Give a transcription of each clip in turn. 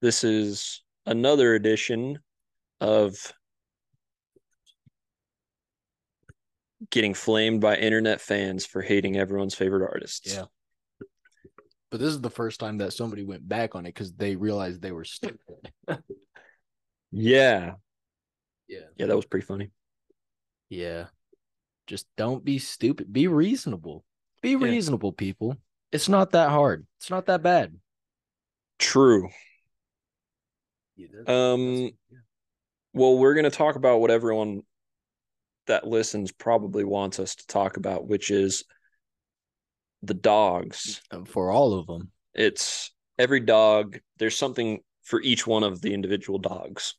This is another edition of getting flamed by internet fans for hating everyone's favorite artists. Yeah. But this is the first time that somebody went back on it because they realized they were stupid. Yeah. Yeah. Yeah, that was pretty funny. Yeah. Just don't be stupid. Be reasonable. Be reasonable, people. It's not that hard. It's not that bad. True. Um, Well, we're going to talk about what everyone that listens probably wants us to talk about, which is the dogs. Uh, for all of them. It's every dog, there's something for each one of the individual dogs.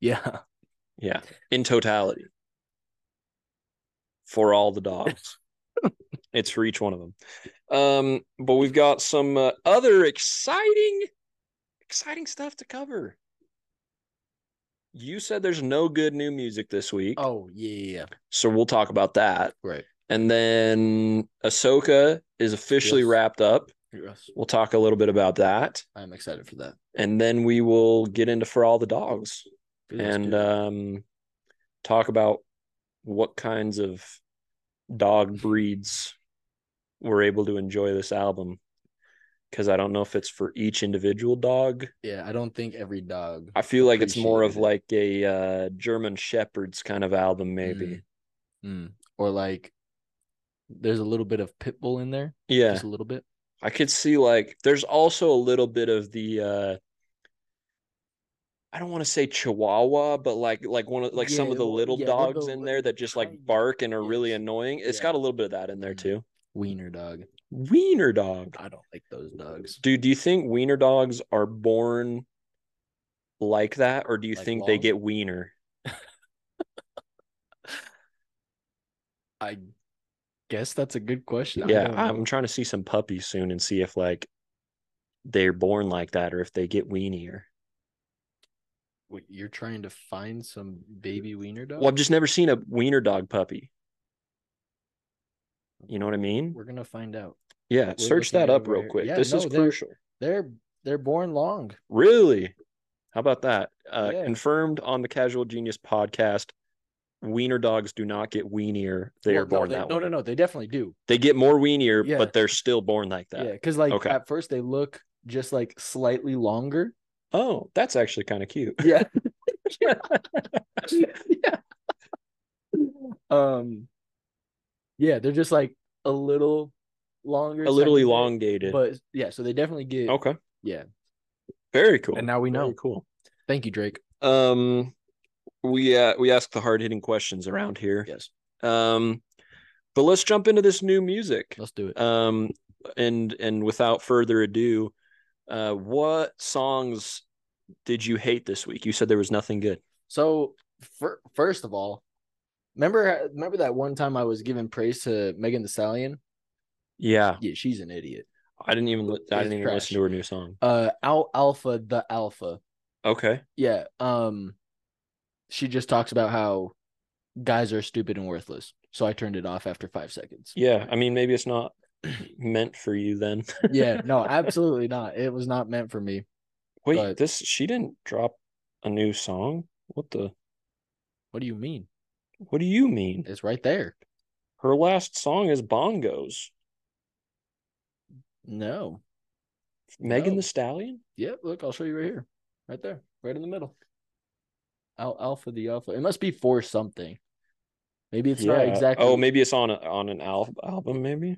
Yeah. Yeah. In totality. For all the dogs. it's for each one of them. Um, but we've got some uh, other exciting, exciting stuff to cover. You said there's no good new music this week. Oh yeah. So we'll talk about that. Right. And then Ahsoka is officially Yes. wrapped up. Yes. We'll talk a little bit about that. I'm excited for that. And then we will get into For All the Dogs Dude, let's and do it. um, talk about what kinds of dog breeds were able to enjoy this album. Because I don't know if it's for each individual dog. yeah, I don't think every dog. I feel like it's more of Appreciated it. like a uh, German Shepherd's kind of album, maybe. Mm. Or like, there's a little bit of pit bull in there. Yeah. Just a little bit. I could see like there's also a little bit of the uh I don't want to say chihuahua, but like like one of like some of Yeah, the well, little yeah, they're dogs the in there little that just like tiny- bark and are really yes. annoying. It's Yeah. got a little bit of that in there Mhm. too. Wiener dog. Wiener dog. I don't like those dogs. Dude, do you think wiener dogs are born like that or do you Like think they long? get wiener? I guess that's a good question. I yeah, don't know. I'm trying to see some puppies soon and see if like they're born like that or if they get weenier. Wait, you're trying to find some baby wiener dog. Well, I've just never seen a wiener dog puppy. You know what I mean? We're gonna find out. Yeah, We're search looking that up everywhere. real quick. Yeah, this is no, they're- crucial. They're they're born long. Really? How about that? Uh, Yeah. Confirmed on the Casual Genius podcast. Wiener dogs do not get weenier. They Well, are born no, they, that no, way. No, no, They definitely do. They get more weenier, Yeah. but they're still born like that. Yeah, because like Okay. at first they look just like slightly longer. Oh, that's actually kind of cute. Yeah. yeah. Um. Yeah, they're just like a little longer, A little tiny bit, elongated. But yeah, so they definitely get. okay. Yeah. Very cool. And now we Very know. cool. Thank you, Drake. Um, we uh, we ask the hard hitting questions around here. Yes, Um, but let's jump into this new music. let's do it. um and and without further ado uh what songs did you hate this week you said there was nothing good So, fir- first of all, remember remember that one time I was giving praise to Megan the Stallion? yeah Yeah, she's an idiot. i didn't even li- i It's didn't even trash. listen to her new song Uh, Al Alpha the Alpha. okay Yeah. Um, she just talks about how guys are stupid and worthless. So I turned it off after five seconds. yeah i mean maybe it's not meant for you then yeah. No, absolutely not. It was not meant for me. wait But- this she didn't drop a new song what the What do you mean? what do you mean It's right there. her last song is bongos No. megan No. the stallion Yeah. Look, I'll show you right here. Right there. Right in the middle. Al Alpha the Alpha. It must be for something. Maybe it's not exactly. oh maybe it's on a, on an al- album maybe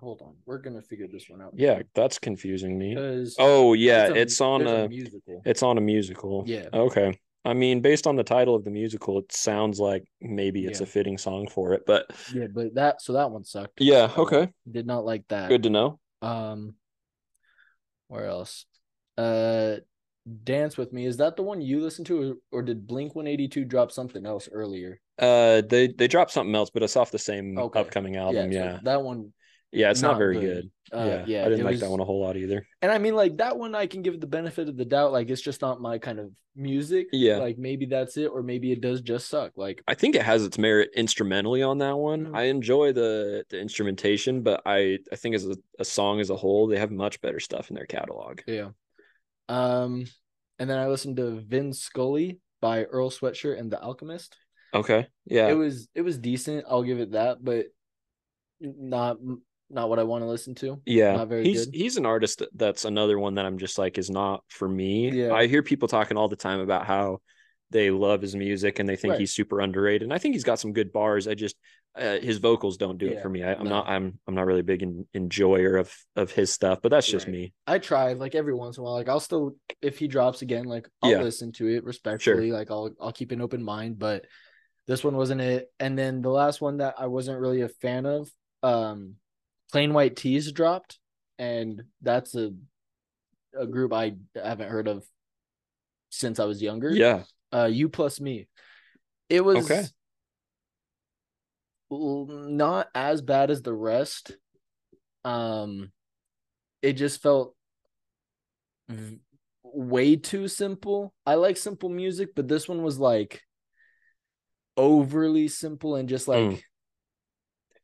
Hold on, we're gonna figure this one out. yeah that's confusing me because Oh yeah, it's, Uh, a- on there's a, musical. it's on a musical. Yeah. Okay. I mean, based on the title of the musical, it sounds like maybe it's Yeah. a fitting song for it, but Yeah, but that so that one sucked. yeah, That one- okay. did not like that. Good to know. Um, where else? Uh, Dance with Me is that the one you listened to, or, or did Blink One Eighty Two drop something else earlier? Uh they they dropped something else, but it's off the same Okay. upcoming album, so yeah. that one. yeah, it's not, very good. Uh, yeah, yeah. I didn't it like was- that one a whole lot either. And I mean, like that one, I can give it the benefit of the doubt. Like it's just not my kind of music. Yeah. Like maybe that's it, or maybe it does just suck. Like I think it has its merit instrumentally on that one. Mm. I enjoy the the instrumentation, but I I think as a, a song as a whole, they have much better stuff in their catalog. yeah, Um, and then I listened to Vin Scully by Earl Sweatshirt and The Alchemist. Okay. Yeah. It was it was decent. I'll give it that, but not not what I want to listen to. yeah. not very he's good. he's an artist that- that's another one that I'm just like is not for me. Yeah. I hear people talking all the time about how they love his music and they think Right. he's super underrated. And I think he's got some good bars. I just uh, his vocals don't do it Yeah, for me. I, I'm no. not I'm I'm not really a big en- enjoyer of of his stuff, but that's just Right. me. I try like every once in a while. Like I'll still if he drops again, like I'll Yeah. listen to it respectfully. Like I'll I'll keep an open mind, but this one wasn't it. And then the last one that I wasn't really a fan of, um, Plain White Tees dropped, and that's a a group I haven't heard of since I was younger. Yeah. Uh, you plus me. It was Okay. l- not as bad as the rest. Um, it just felt v- way too simple. I like simple music, but this one was like overly simple and just like Mm.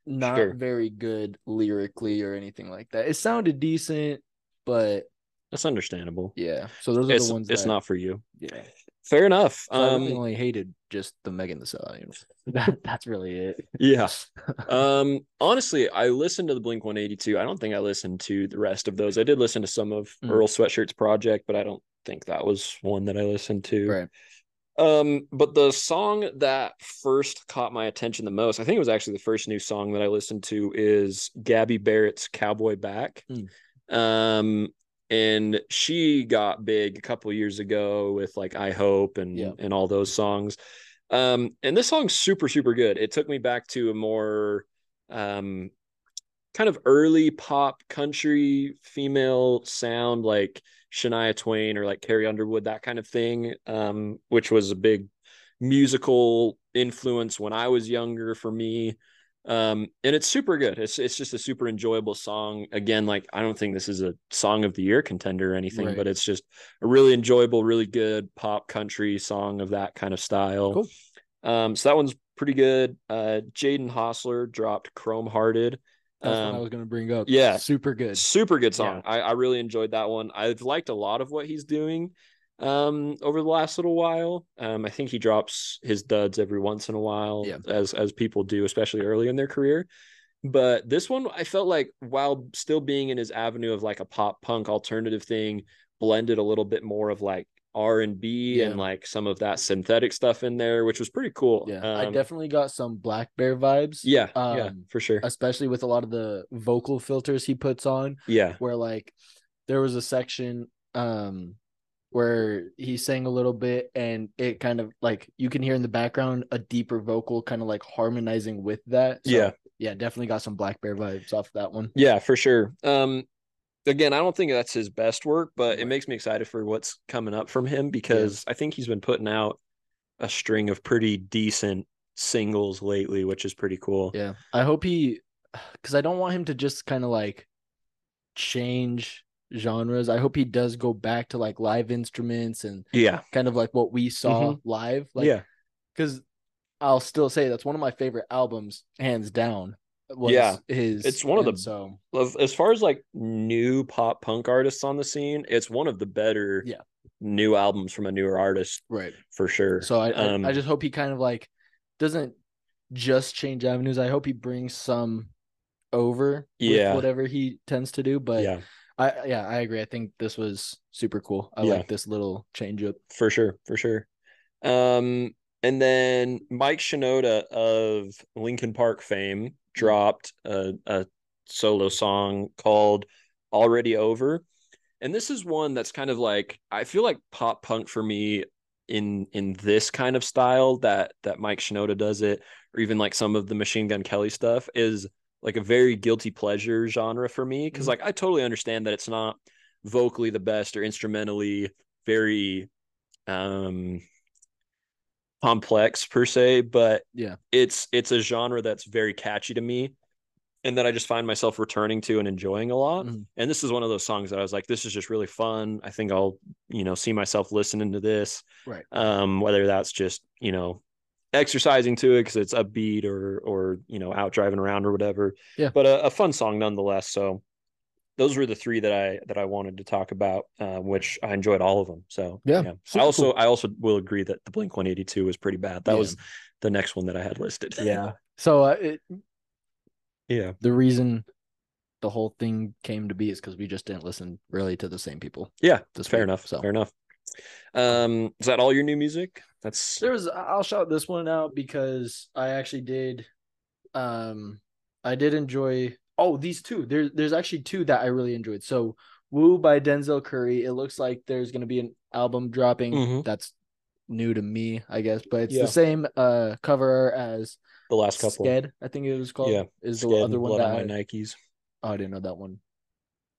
not Sure. very good lyrically or anything like that. It sounded decent, but That's understandable. yeah. So those are It's the ones it's that, not for you. yeah. Fair enough. So I Um really only hated just the Megan the Stallion. That, that's really it. yeah. um honestly i listened to the blink 182 i don't think i listened to the rest of those i did listen to some of Mm. earl sweatshirt's project but i don't think that was one that i listened to Right. um but the song that first caught my attention the most i think it was actually the first new song that i listened to is gabby barrett's cowboy back Mm. um and she got big a couple years ago with like i hope and Yeah. and all those songs um and this song's super super good it took me back to a more um kind of early pop country female sound like Shania Twain or like Carrie Underwood that kind of thing um which was a big musical influence when I was younger for me um and it's super good it's it's just a super enjoyable song again like I don't think this is a song of the year contender or anything Right. but it's just a really enjoyable really good pop country song of that kind of style Cool. um so that one's pretty good uh Jaden Hostler dropped Chrome Hearted Um, That's what I was gonna bring up. yeah. Super good. Super good song. I, I really enjoyed that one. I've liked a lot of what he's doing um over the last little while. Um I think he drops his duds every once in a while Yeah. as as people do especially early in their career. But this one I felt like while still being in his avenue of like a pop punk alternative thing blended a little bit more of like R&B Yeah. and like some of that synthetic stuff in there which was pretty cool. Yeah. I Um, definitely got some black bear vibes. yeah, yeah, um, for sure. Especially with a lot of the vocal filters he puts on. Yeah. where like there was a section um where he sang a little bit and it kind of like you can hear in the background a deeper vocal kind of like harmonizing with that. Yeah. Yeah, definitely got some black bear vibes off that one. Yeah, for sure. Um, again, I don't think that's his best work, but it Right. makes me excited for what's coming up from him because I think he's been putting out a string of pretty decent singles lately, which is pretty cool. Yeah. I hope he cuz I don't want him to just kind of like change genres. I hope he does go back to like live instruments and Yeah, kind of like what we saw live. Like Mm-hmm. yeah, because I'll still say that's one of my favorite albums, hands down. Was Yeah. his It's one of and the- so Of- As far as like new pop punk artists on the scene, it's one of the better Yeah. new albums from a newer artist right. for sure. So I, Um, I I just hope he kind of like doesn't just change avenues. I hope he brings some over Yeah. with whatever he tends to do. But yeah, I yeah I agree. I think this was super cool. I Yeah. like this little change up. for sure, for sure. Um, and then Mike Shinoda of Linkin Park fame dropped a, a solo song called Already Over. And this is one that's kind of like I feel like pop punk for me in in this kind of style that that Mike Shinoda does it, or even like some of the Machine Gun Kelly stuff is like a very guilty pleasure genre for me because Mhm. like I totally understand that it's not vocally the best or instrumentally very um complex per se but Yeah. it's it's a genre that's very catchy to me and that i just find myself returning to and enjoying a lot Mhm. and this is one of those songs that i was like this is just really fun i think i'll you know see myself listening to this Right. um whether that's just you know exercising to it because it's upbeat or or you know out driving around or whatever Yeah. but a, a fun song nonetheless so those were the three that I that I wanted to talk about, uh, which I enjoyed all of them. So Yeah, I super also cool. I also will agree that the Blink One Eighty Two was pretty bad. That Yeah. was the next one that I had listed. yeah. So uh, it, yeah, the reason the whole thing came to be is because we just didn't listen really to the same people. Yeah, this fair week, enough. So Fair enough. Um, is that all your new music? That's there was. I- I'll shout this one out because I actually did. Um, I did enjoy. Oh, these two. There, there's actually two that I really enjoyed. So "Woo" by Denzel Curry. It looks like there's gonna be an album dropping. Mhm. That's new to me, I guess, but it's Yeah. the same uh cover as the last couple. Sked. I think it was called. Yeah, is the Sked other and one Blood that I, on my Nikes. Oh, I didn't know that one.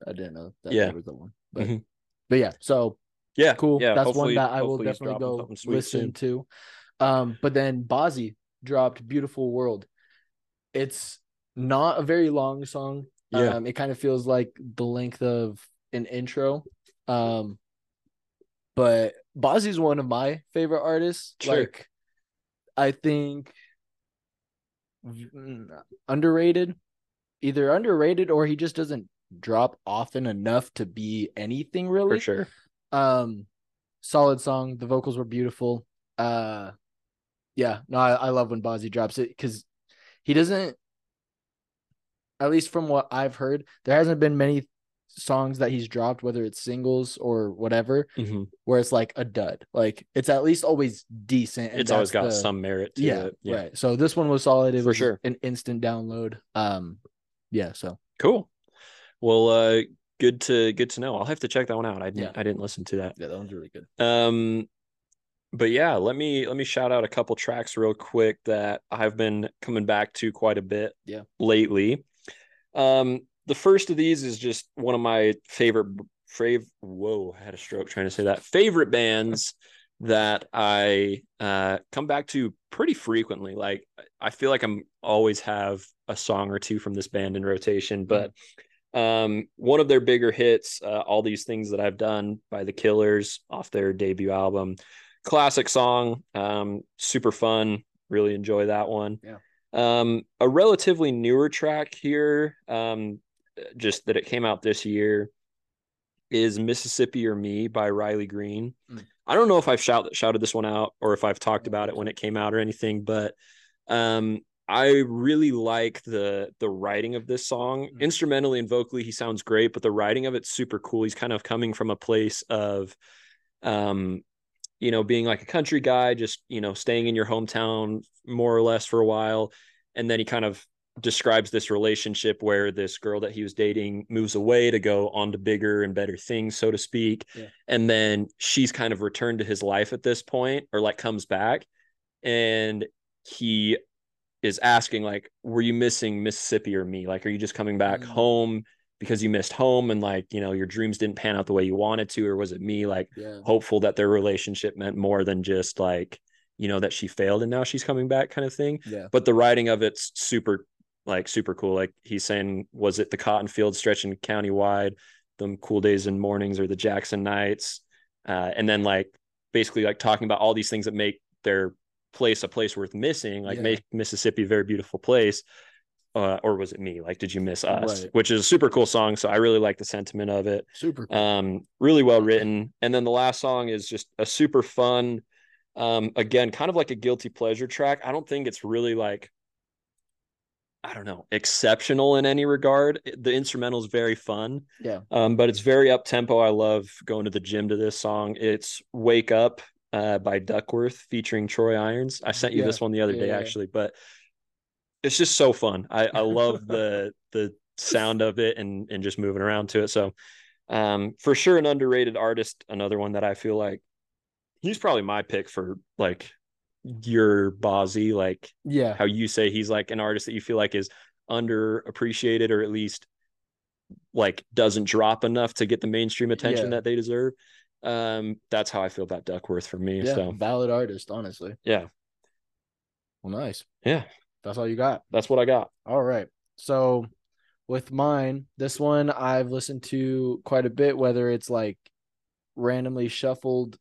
I didn't know that Yeah. that was the one. But Mhm. but yeah, so Yeah, cool. Yeah, That's hopefully- one that I will hopefully he's definitely dropping go something sweet listen soon. to. Um, but then Bozzy dropped "Beautiful World." It's not a very long song. Yeah, Um, it kind of feels like the length of an intro. Um, but Bozzy's one of my favorite artists. Sure. Like, I think mm, underrated, either underrated or he just doesn't drop often enough to be anything really. for sure. Um, solid song. The vocals were beautiful. Uh, yeah, no, I, I love when Bozzy drops it because he doesn't. At least from what I've heard, there hasn't been many songs that he's dropped, whether it's singles or whatever, Mhm. where it's like a dud. Like it's at least always decent. and It's always that's got the- some merit to Yeah, it. Yeah, right. So this one was solid. It For was sure. an instant download. Um, yeah. So cool. Well, uh, good to good to know. I'll have to check that one out. I didn't Yeah. I didn't listen to that. yeah, that one's really good. Um, but yeah, let me let me shout out a couple tracks real quick that I've been coming back to quite a bit Yeah. lately. Um, the first of these is just one of my favorite fav whoa, I had a stroke trying to say that. Favorite bands that I uh come back to pretty frequently. Like I feel like I'm always have a song or two from this band in rotation, but um one of their bigger hits, uh, all these things that I've done by the Killers off their debut album. Classic song, um super fun, really enjoy that one. Yeah. Um a relatively newer track here, um just that it came out this year is Mississippi or Me by Riley Green. Mm. I don't know if I've shout, shouted this one out or if I've talked I don't about it think when so. it came out or anything, but um, I really like the the writing of this song. Mm. Instrumentally and vocally, he sounds great, but the writing of it's super cool. He's kind of coming from a place of um, you know, being like a country guy, just, you know, staying in your hometown more or less for a while. And then he kind of describes this relationship where this girl that he was dating moves away to go on to bigger and better things, so to speak. Yeah. And then she's kind of returned to his life at this point or like comes back. And he is asking, like, were you missing Mississippi or me? Like, are you just coming back Mm. home because you missed home and like, you know, your dreams didn't pan out the way you wanted to? Or was it me? Like, Yeah. hopeful that their relationship meant more than just like you know that she failed and now she's coming back kind of thing Yeah. but the writing of it's super like super cool like he's saying was it the cotton field stretching county wide them cool days and mornings or the jackson nights uh, and then like basically like talking about all these things that make their place a place worth missing like Yeah. make mississippi a very beautiful place uh, or was it me like did you miss us Right. which is a super cool song so i really like the sentiment of it Super cool. um really well written and then the last song is just a super fun um again kind of like a guilty pleasure track i don't think it's really like i don't know exceptional in any regard the instrumental is very fun Yeah. um but it's very up tempo i love going to the gym to this song it's wake up uh by duckworth featuring troy irons i sent you Yeah. this one the other Yeah, day yeah, yeah. actually but it's just so fun i i love the the sound of it and and just moving around to it so um, for sure, an underrated artist. Another one that I feel like he's probably my pick for like your Bozzy, like yeah. how you say he's like an artist that you feel like is underappreciated or at least like doesn't drop enough to get the mainstream attention Yeah. that they deserve. Um, that's how I feel about Duckworth for me. Yeah, So valid artist, honestly. yeah, Well, nice. yeah, That's all you got. that's what I got. All right. So with mine, this one I've listened to quite a bit, whether it's like randomly shuffled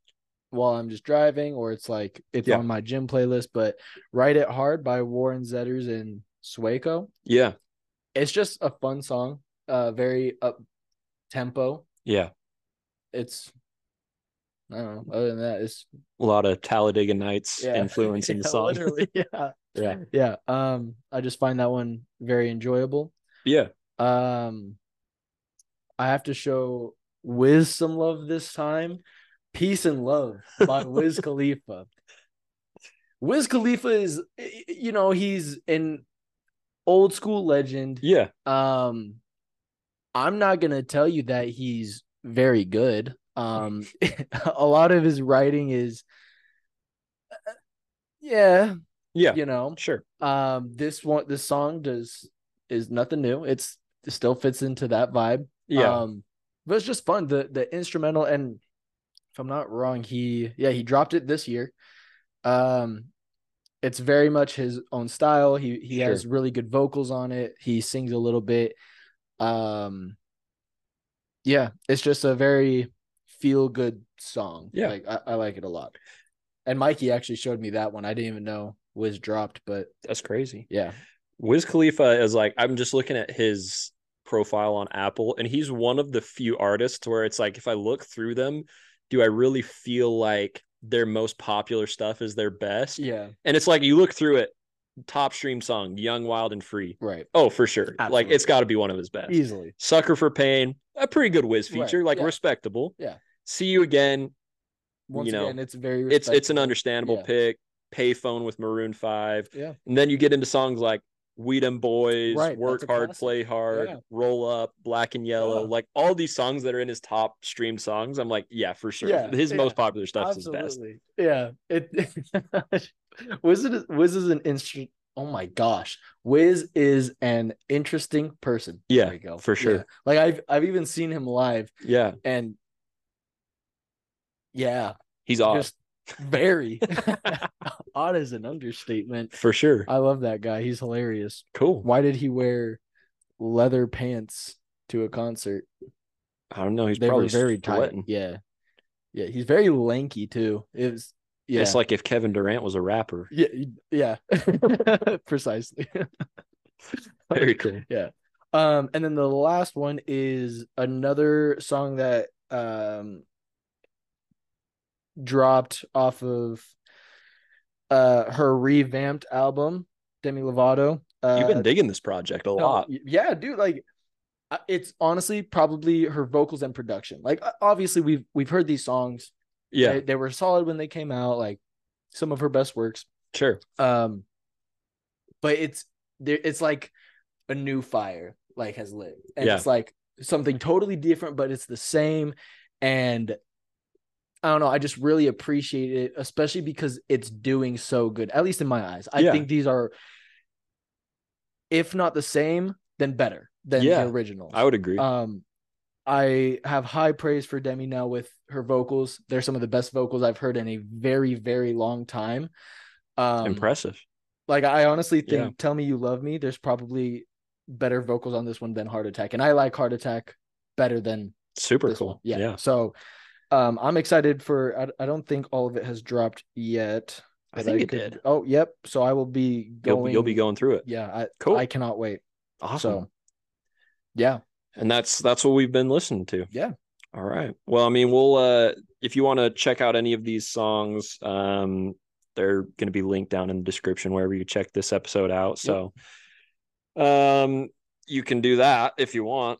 while I'm just driving or it's like it's Yeah. on my gym playlist, but Write It Hard by Warren Zetters and Swaco. Yeah, It's just a fun song, uh very up tempo. Yeah. It's I don't know. Other than that, it's A lot of Talladega Nights influence in the Yeah, song. Literally, yeah. Yeah. Yeah. Um, I just find that one very enjoyable. Yeah. Um I have to show Wiz some love this time. Peace and Love by Wiz Khalifa. Wiz Khalifa is y- y- you know, he's an old school legend. Yeah. Um, I'm not gonna tell you that he's very good. Um, a lot of his writing is, uh, yeah, Yeah. you know. Sure. Um, this one, this song does is nothing new. It's it still fits into that vibe. Yeah. Um, but it's just fun. The the instrumental and if I'm not wrong, he yeah he dropped it this year. Um, it's very much his own style. He he Sure. has really good vocals on it. He sings a little bit. Um, yeah, it's just a very feel good song. Yeah. like I, I like it a lot. And Mikey actually showed me that one. I didn't even know was dropped, but That's crazy. yeah, Wiz Khalifa is like, I'm just looking at his profile on Apple, and he's one of the few artists where it's like, if I look through them, do I really feel like their most popular stuff is their best? yeah, And it's like, you look through it, top stream song, Young, Wild, and Free. right, Oh, for sure. Like, Absolutely. it's got to be one of his best. easily, Sucker for Pain, a pretty good Wiz Right, feature, like yeah. respectable. Yeah. See you again. once You know, again, it's very It's it's an respectful. understandable Yeah. pick. Payphone with Maroon Five. Yeah. And then you get into songs like We Dem Boys, Right, that's Work a Hard, classic. Play Hard, Yeah. Roll Up, Black and Yellow, Yeah. like all these songs that are in his top streamed songs. I'm like, yeah, for sure. Yeah, His yeah. most popular stuff is his best. Yeah. It Wiz is Wiz is an instru- oh my gosh. Wiz is an interesting person. Yeah, There we go. for sure. Yeah. Like I've I've even seen him live Yeah. and yeah, He's odd just very odd is an understatement. for sure. I love that guy. He's hilarious. cool. Why did he wear leather pants to a concert? I don't know. He's they were probably very tight. sweating. Yeah. Yeah. He's very lanky too. It was yeah. It's like if Kevin Durant was a rapper. Yeah, y- yeah, precisely. Very cool. Um, and then the last one is another song that um dropped off of uh her revamped album, Demi Lovato. Uh, You've been digging this project a no, lot. y- yeah, dude, like I- it's honestly probably her vocals and production. Like o- obviously we've we've heard these songs. Yeah, They, they were solid when they came out, like some of her best works. sure. um but it's there it's like a new fire like has lit and Yeah. it's like something totally different but it's the same and i don't know i just really appreciate it especially because it's doing so good at least in my eyes i Yeah. think these are if not the same then better than Yeah. the original I would agree. um, I have high praise for Demi now with her vocals. They're some of the best vocals I've heard in a very, very long time. Um, Impressive. Like I honestly think Yeah. "Tell Me You Love Me." There's probably better vocals on this one than Heart Attack, and I like Heart Attack better than Super this cool. one. Yeah. yeah. So, um, I'm excited for. I, I don't think all of it has dropped yet. I but think it could- did. Oh, yep. So I will be going. You'll, be- you'll be going through it. Yeah. I, Cool. I cannot wait. awesome. So, yeah. and that's that's what we've been listening to Yeah. all right well i mean we'll uh if you want to check out any of these songs um they're going to be linked down in the description wherever you check this episode out so um you can do that if you want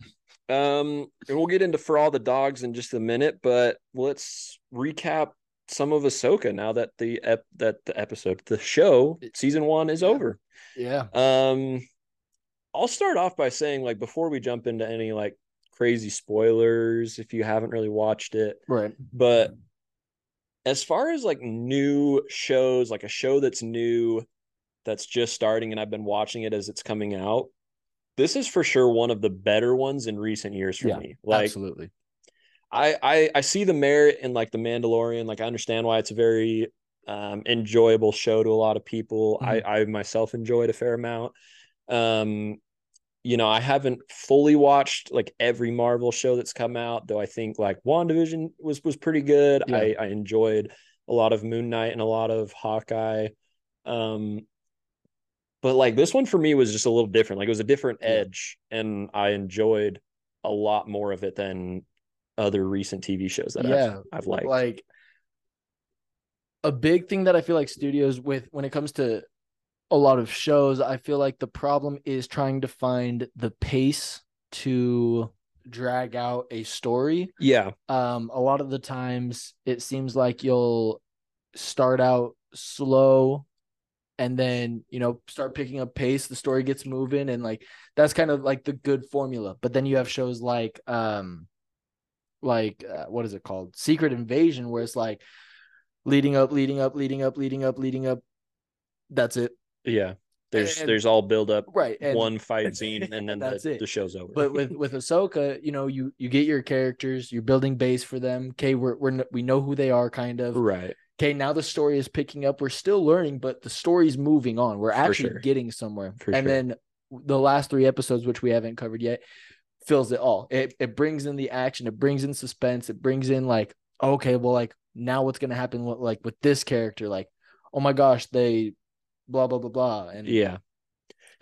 um and we'll get into for all the dogs in just a minute but let's recap some of Ahsoka now that the ep- that the episode the show season 1 is Yeah. over Yeah. um, I'll start off by saying, like, before we jump into any like crazy spoilers, if you haven't really watched it, Right. but as far as like new shows, like a show that's new, that's just starting, and I've been watching it as it's coming out. This is for sure one of the better ones in recent years for Yeah, me. Like, Absolutely. I, I I see the merit in like the Mandalorian. Like I understand why it's a very um, enjoyable show to a lot of people. I I myself enjoyed a fair amount. Um, you know, I haven't fully watched like every Marvel show that's come out, though. I think like WandaVision was was pretty good. Yeah. I I enjoyed a lot of Moon Knight and a lot of Hawkeye. Um, but like this one for me was just a little different. Like it was a different Yeah. edge, and I enjoyed a lot more of it than other recent TV shows that Yeah. I've, I've liked. like a big thing that I feel like studios with when it comes to a lot of shows, I feel like the problem is trying to find the pace to drag out a story. yeah, Um, a lot of the times it seems like you'll start out slow and then you know start picking up pace the story gets moving and like that's kind of like the good formula but then you have shows like um like uh, what is it called secret invasion where it's like leading up leading up leading up leading up leading up that's it yeah. There's And- there's all build up, right and one fight scene, and then That's the, it. the show's over. but with with Ahsoka, you know, you you get your characters, you're building base for them. Okay, we're we're kn- we know who they are, kind of. right, Okay, now the story is picking up. We're still learning, but the story's moving on. We're actually sure. getting somewhere. For and sure. then the last three episodes, which we haven't covered yet, fills it all. It it brings in the action. It brings in suspense. It brings in like, okay, well, like now what's gonna happen? What like with this character? Like, oh my gosh, they, blah blah blah blah. And yeah.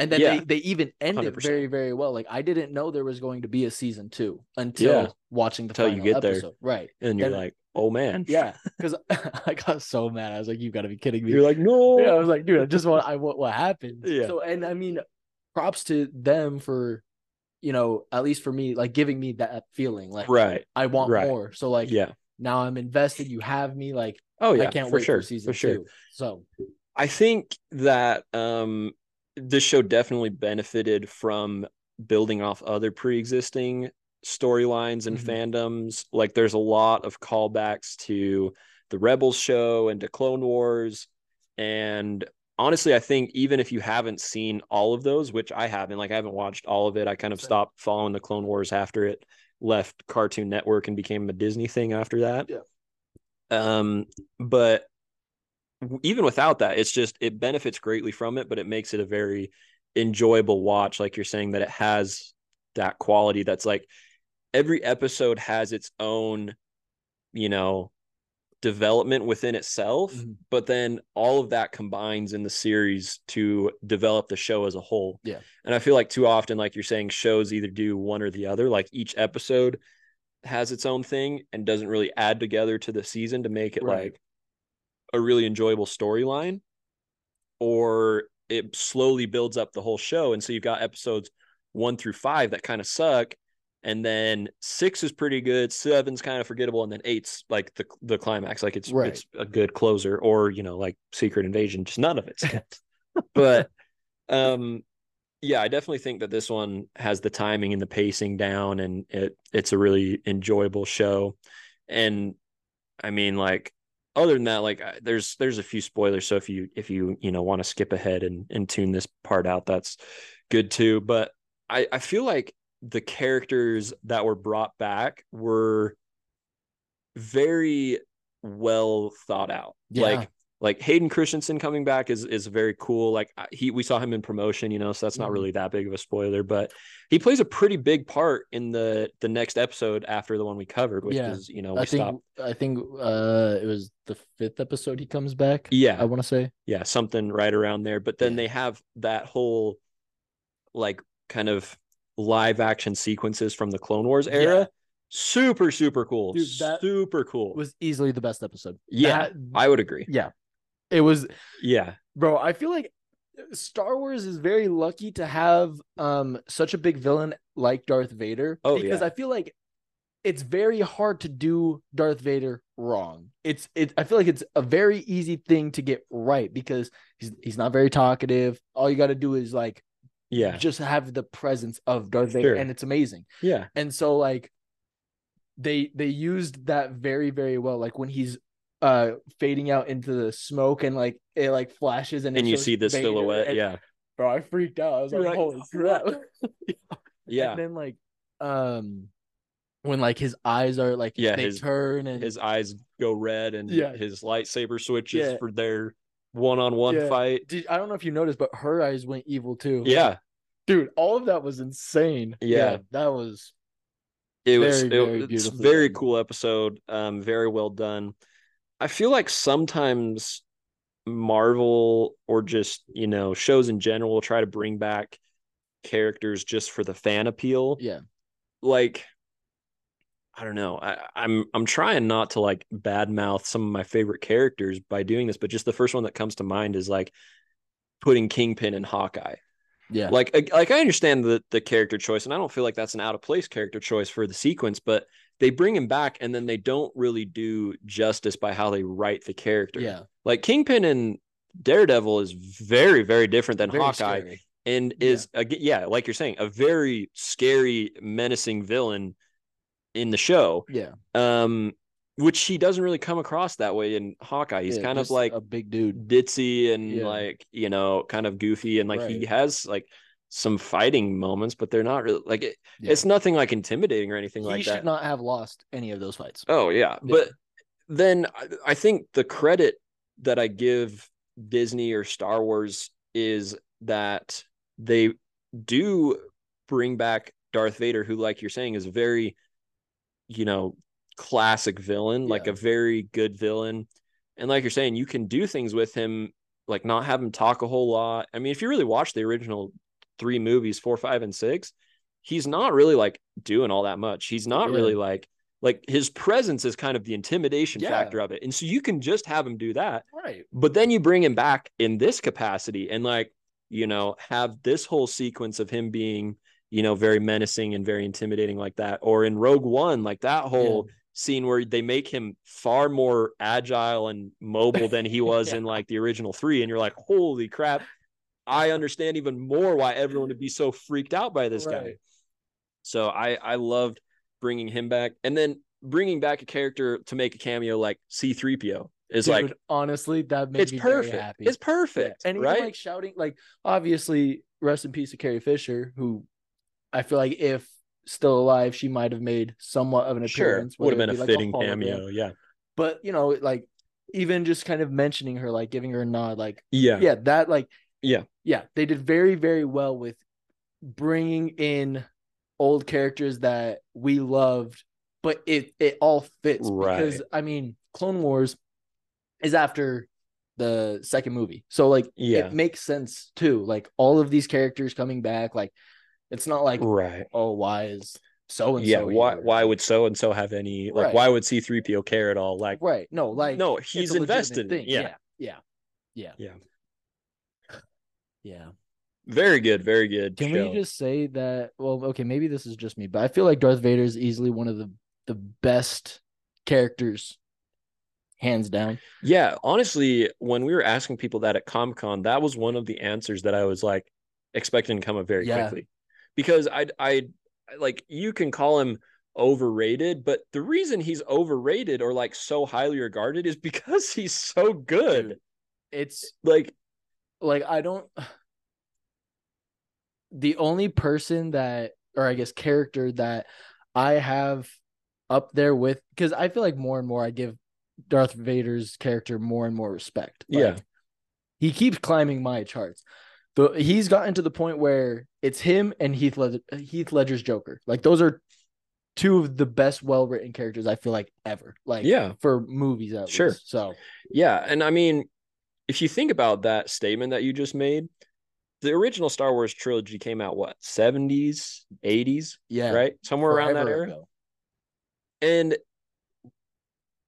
and then Yeah. they, they even end it 100%. very, very well. Like I didn't know there was going to be a season two until Yeah. watching the Till you final get there. episode. Right. And you're And- like, oh man, Yeah. Because I got so mad. I was like, you've got to be kidding me. You're like, no, yeah, I was like, dude, I just want I want what happened. Yeah. So and I mean, props to them for, you know, at least for me, like giving me that feeling. Like right, I want right. more. So like yeah. now I'm invested. You have me. Like Oh yeah, I can't for wait sure, for season for sure. two. So I think that um, this show definitely benefited from building off other pre-existing storylines and Mhm. fandoms. Like, there's a lot of callbacks to the Rebels show and to Clone Wars, and honestly, I think even if you haven't seen all of those, which I haven't, like I haven't watched all of it. I kind of Same. stopped following the Clone Wars after it left Cartoon Network and became a Disney thing after that. Yeah. Um, but w- even without that, it's just it benefits greatly from it, but it makes it a very enjoyable watch. Like you're saying that it has that quality that's like every episode has its own, you know, development within itself Mhm. but then all of that combines in the series to develop the show as a whole. Yeah. And I feel like too often, like you're saying, shows either do one or the other. Like each episode has its own thing and doesn't really add together to the season to make it Right. like a really enjoyable storyline, or it slowly builds up the whole show. And so you've got episodes one through five that kind of suck. And then six is pretty good. Seven's kind of forgettable, and then eight's like the the climax, like it's Right. it's a good closer, or you know, like Secret Invasion, just none of it's good. but um, yeah, I definitely think that this one has the timing and the pacing down, and it it's a really enjoyable show. And I mean, like other than that, like I, there's there's a few spoilers, so if you if you you know want to skip ahead and and tune this part out, that's good too. But I I feel like the characters that were brought back were very well thought out. Yeah. Like like Hayden Christensen coming back is is very cool. Like I- he we saw him in promotion, you know, so that's not Mhm. really that big of a spoiler, but he plays a pretty big part in the the next episode after the one we covered, which Yeah. is, you know, we I think stopped. I think uh it was the fifth episode he comes back. Yeah. I want to say. yeah something right around there but then Yeah. they have that whole like kind of live action sequences from the clone wars era Yeah. super super cool Dude, that super cool was easily the best episode. Yeah. That- i would agree yeah. It was yeah bro i feel like star wars is very lucky to have um such a big villain like darth vader Oh, because yeah. i feel like it's very hard to do darth vader wrong it's it i feel like it's a very easy thing to get right because he's he's not very talkative all you got to do is like yeah just have the presence of darth vader Sure. and it's amazing yeah and so like they they used that very very well like when he's uh fading out into the smoke and like it like flashes and, it and you shows see this Vader, silhouette and- yeah bro i freaked out i was You're like, like, holy crap yeah and then like um when like his eyes are like Yeah, they his- turn and his eyes go red and Yeah. his lightsaber switches Yeah. for their one-on-one Yeah. fight Did, i don't know if you noticed but her eyes went evil too yeah dude all of that was insane Yeah. that was it was Very, it- very it's a beautifully very done. cool episode um very well done i feel like sometimes marvel or just you know shows in general try to bring back characters just for the fan appeal Yeah. like I don't know. I, I'm I'm trying not to like badmouth some of my favorite characters by doing this, but just the first one that comes to mind is like putting Kingpin in Hawkeye. Yeah. Like I- like I understand the the character choice, and I don't feel like that's an out of place character choice for the sequence, but they bring him back, and then they don't really do justice by how they write the character. yeah. Like Kingpin and Daredevil is very very different than Very Hawkeye scary. and is yeah. yeah, like you're saying, a very scary, menacing villain in the show. Yeah. Um, which he doesn't really come across that way in Hawkeye. He's Yeah, kind of just like a big dude. ditzy and Yeah. like, you know, kind of goofy and like he Right. has like some fighting moments, but they're not really like it, Yeah. it's nothing like intimidating or anything he like should that. not have lost any of those fights. Oh yeah, but then I, I think the credit that I give Disney or Star Wars is that they do bring back Darth Vader, who, like you're saying, is a very, you know, classic villain, like Yeah. a very good villain, and like you're saying, you can do things with him, like not have him talk a whole lot. I mean, if you really watch the original three movies, four, five, and six, he's not really like doing all that much. He's not Yeah. really like like his presence is kind of the intimidation Yeah. factor of it. And so you can just have him do that, Right. but then you bring him back in this capacity and like, you know, have this whole sequence of him being, you know, very menacing and very intimidating like that. Or in Rogue One, like that whole scene where they make him far more agile and mobile than he was in like the original three. And you're like, holy crap, I understand even more why everyone would be so freaked out by this guy. Right. So I I loved bringing him back, and then bringing back a character to make a cameo like C-3PO is Dude, like honestly, that made it's me perfect. very happy. It's perfect, Yeah, And even right? like shouting, like obviously, rest in peace to Carrie Fisher, who I feel like if still alive, she might have made somewhat of an sure, appearance. would have whether been it a be, like, fitting hologram. cameo. Yeah, But you know, like even just kind of mentioning her, like giving her a nod, like yeah, yeah, that like Yeah. yeah, they did very very well with bringing in old characters that we loved, but it it all fits because I mean, Clone Wars is after the second movie. So like Yeah. it makes sense too. Like all of these characters coming back, like it's not like right. oh why is so and yeah, so why why would so and so have any like Right. why would C-3PO care at all? Like, right no like no, it's a he's legitimate invested. in it. thing. Yeah. yeah yeah yeah Yeah. yeah very good, very good. can show. we just say that well okay maybe this is just me but i feel like darth vader is easily one of the the best characters hands down Yeah, honestly, when we were asking people that at Comic Con, that was one of the answers that I was like expecting to come up very Yeah. quickly, because I I like you can call him overrated, but the reason he's overrated or like so highly regarded is because he's so good. Dude. it's Like like I don't the only person that or I guess character that I have up there with cuz I feel like more and more I give Darth Vader's character more and more respect. Yeah. Like, He keeps climbing my charts. The he's gotten to the point where it's him and Heath Ledger, Heath Ledger's Joker. Like those are two of the best well-written characters I feel like ever. Like yeah, for movies at Sure. least. So Yeah, and I mean, if you think about that statement that you just made, the original Star Wars trilogy came out what seventies, eighties, yeah. right, somewhere around that forever era. ago. And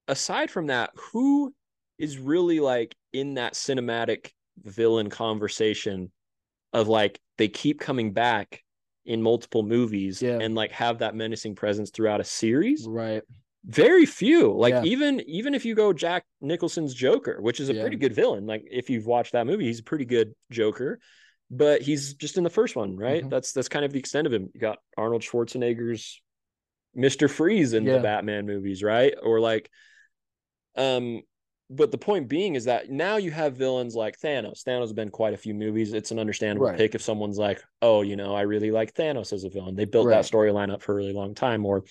aside from that, who is really like in that cinematic villain conversation of like they keep coming back in multiple movies Yeah. and like have that menacing presence throughout a series? Right. Very few. Like Yeah. even even if you go Jack Nicholson's Joker, which is a Yeah. pretty good villain, like if you've watched that movie, he's a pretty good Joker. But he's just in the first one, right? Mhm. That's that's kind of the extent of him. You got Arnold Schwarzenegger's Mr. Freeze in Yeah. the Batman movies, right? Or like um but the point being is that now you have villains like Thanos. Thanos has been quite a few movies. It's an understandable Right. pick if someone's like, "Oh, you know, I really like Thanos as a villain." They built Right. that storyline up for a really long time or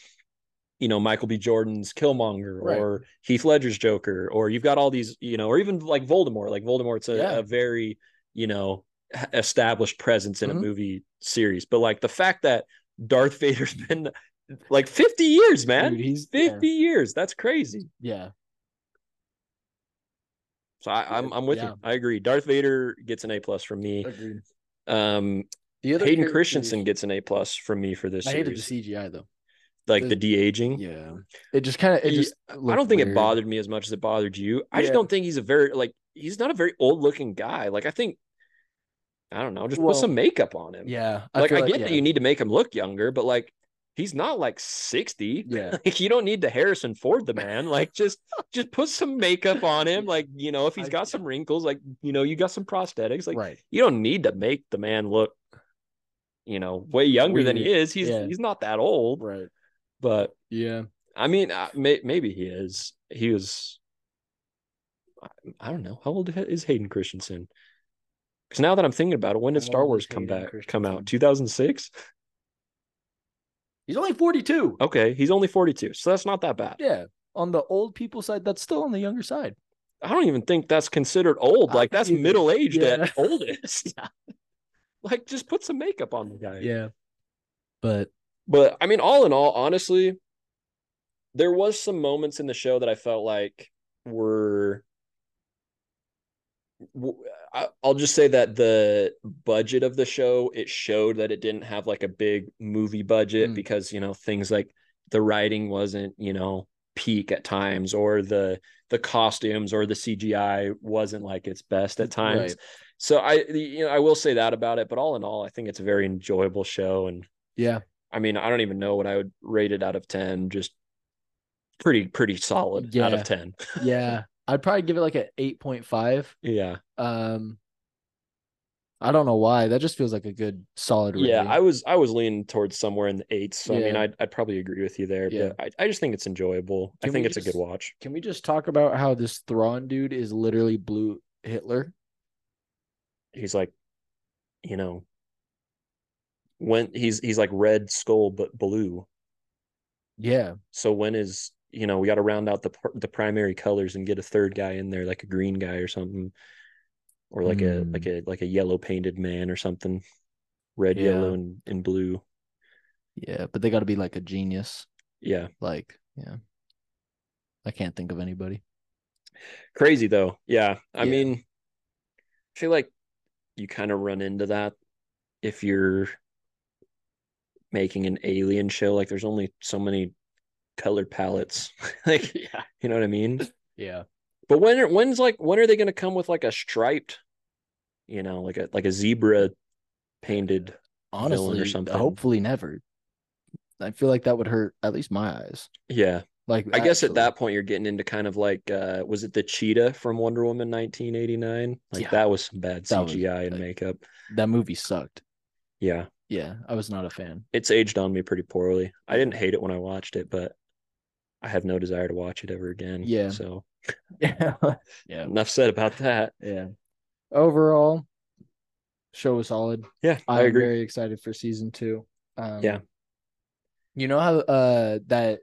you know, Michael B. Jordan's Killmonger Right. or Heath Ledger's Joker or you've got all these, you know, or even like Voldemort. Like Voldemort's a, Yeah. a very, you know, h- established presence in Mhm. a movie series. But like the fact that Darth Vader's been like 50 years, man. Dude, he's yeah. 50 years. That's crazy. Yeah. So I, I'm I'm with Yeah. you. I agree. Darth Vader gets an A plus from me. Agreed. Um, The other Hayden characters- Christensen gets an A plus from me for this I hated the series. CGI though. Like the- the de aging. Yeah, it just kind of Hmm? it He- just. I don't think it bothered me as much as it bothered you. I just Yeah. don't think he's a very like he's not a very old looking guy. Like I think I don't know, just Well, put some makeup on him. Yeah, like I feel get yeah, that you need to make him look younger, but like he's not like 60. Yeah, Like you don't need to Harrison Ford the man. Like just just put some makeup on him. Like, you know, if he's I- got some wrinkles, like you know, you got some prosthetics. Like right. you don't need to make the man look, you know, way younger than he Weird. is. He's Yeah. he's not that old, Right. but Yeah. I mean, I, may, maybe he is. He was. I, I don't know how old is Hayden Christensen. Because now that I'm thinking about it, when did How Star old Wars is come Hayden back? Come out Christensen? 2006. He's only 42. Okay, he's only 42, so that's not that bad. Yeah. On the old people side, that's still on the younger side. I don't even think that's considered old. I Like that's don't either. middle aged Yeah. at oldest. Like just put some makeup on the guy. Yeah. But But I mean, all in all, honestly, there was some moments in the show that I felt like were. w- I- I'll just say that the budget of the show it showed that it didn't have like a big movie budget Mm. because you know things like the writing wasn't you know peak at times or the the costumes or the CGI wasn't like its best at times. Right. So I you know I will say that about it, but all in all, I think it's a very enjoyable show and yeah. I mean, I don't even know what I would rate it out of 10, just pretty, pretty solid out Yeah. of 10. Yeah. I'd probably give it like a 8.5. Yeah. Um I don't know why. That just feels like a good solid rating. Yeah. I was, I was leaning towards somewhere in the eights. So I mean, Yeah. I'd, I'd probably agree with you there, Yeah. but I, I just think it's enjoyable. Can I think we it's a just- good watch. Can we just talk about how this Thrawn dude is literally blue Hitler? He's like, you know, when he's, he's like red skull, but blue. Yeah. So when is, you know, we got to round out the, pr- the primary colors and get a third guy in there, like a green guy or something, or like a, Hmm. like a, like a yellow painted man or something, red, Yeah. yellow, and, and blue. Yeah. But they gotta be like a genius. Yeah. Like, yeah. I can't think of anybody. Crazy though. Yeah. I Yeah. mean, I feel like you kind of run into that if you're making an alien show. Like there's only so many color palettes. like, Yeah. you know what I mean? Yeah. But when are, when's like when are they going to come with like a striped, you know, like a like a zebra painted? Honestly, something. hopefully never. I feel like that would hurt at least my eyes. Yeah. Like I guess at actually. that point you're getting into kind of like uh was it the cheetah from Wonder Woman 1989? Like Yeah. that was some bad That was- CGI and like- makeup. that movie sucked. Yeah. Yeah, I was not a fan. it's aged on me pretty poorly. I didn't hate it when I watched it, but I have no desire to watch it ever again. Yeah. So yeah, enough said about that. yeah. Overall, show was solid. Yeah, i I'm agree. very excited for season two. Um, Yeah. You know how uh that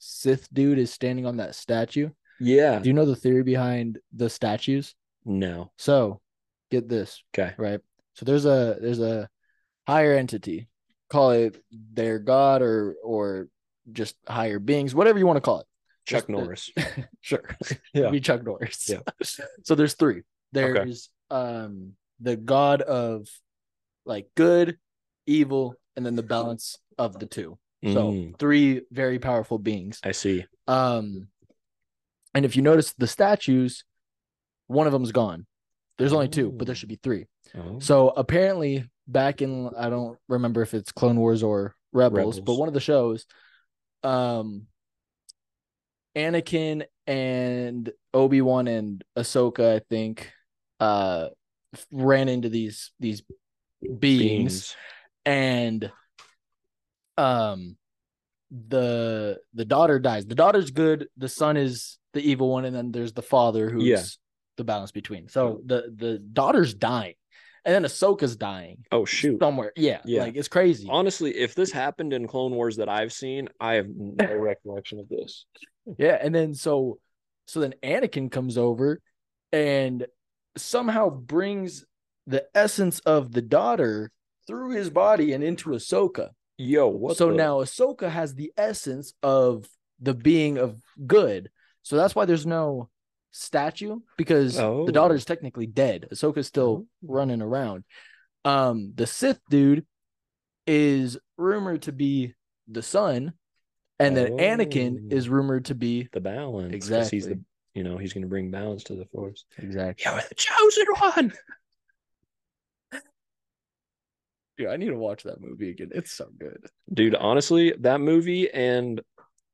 Sith dude is standing on that statue? Yeah. Do you know the theory behind the statues? No. So, get this. Okay. right so there's a there's a higher entity call it their god or or just higher beings whatever you want to call it Chuck the- Norris. sure Yeah. be chuck norris Yeah. so there's three there's um the god of like good evil and then the balance of the two so Mm, three very powerful beings I see. um, and if you notice the statues, one of them's gone. There's only two, but there Oh. should be three. Oh. So apparently, back in I don't remember if it's Clone Wars or Rebels, but Rebels. one of the shows, um, Anakin and Obi Wan and Ahsoka, I think, uh, f- ran into these these beings Beans. and um the the daughter dies the daughter's good the son is the evil one and then there's the father who's Yeah. the balance between so the the daughter's dying and then ahsoka's dying Oh shoot. somewhere yeah, Yeah. like it's crazy Honestly, if this happened in Clone Wars that I've seen, I have no recollection of this. yeah and then so so then anakin comes over and somehow brings the essence of the daughter through his body and into ahsoka Yo, what so the- now Ahsoka has the essence of the being of good. So that's why there's no statue because Oh. the daughter's technically dead. Ahsoka's Oh. still running around. Um, the Sith dude is rumored to be the son, and then Oh. Anakin is rumored to be The balance. 'cause exactly He's the you know he's going to bring balance to the force. exactly. You're the chosen one. Dude, I need to watch that movie again. It's so good. Dude, honestly, that movie and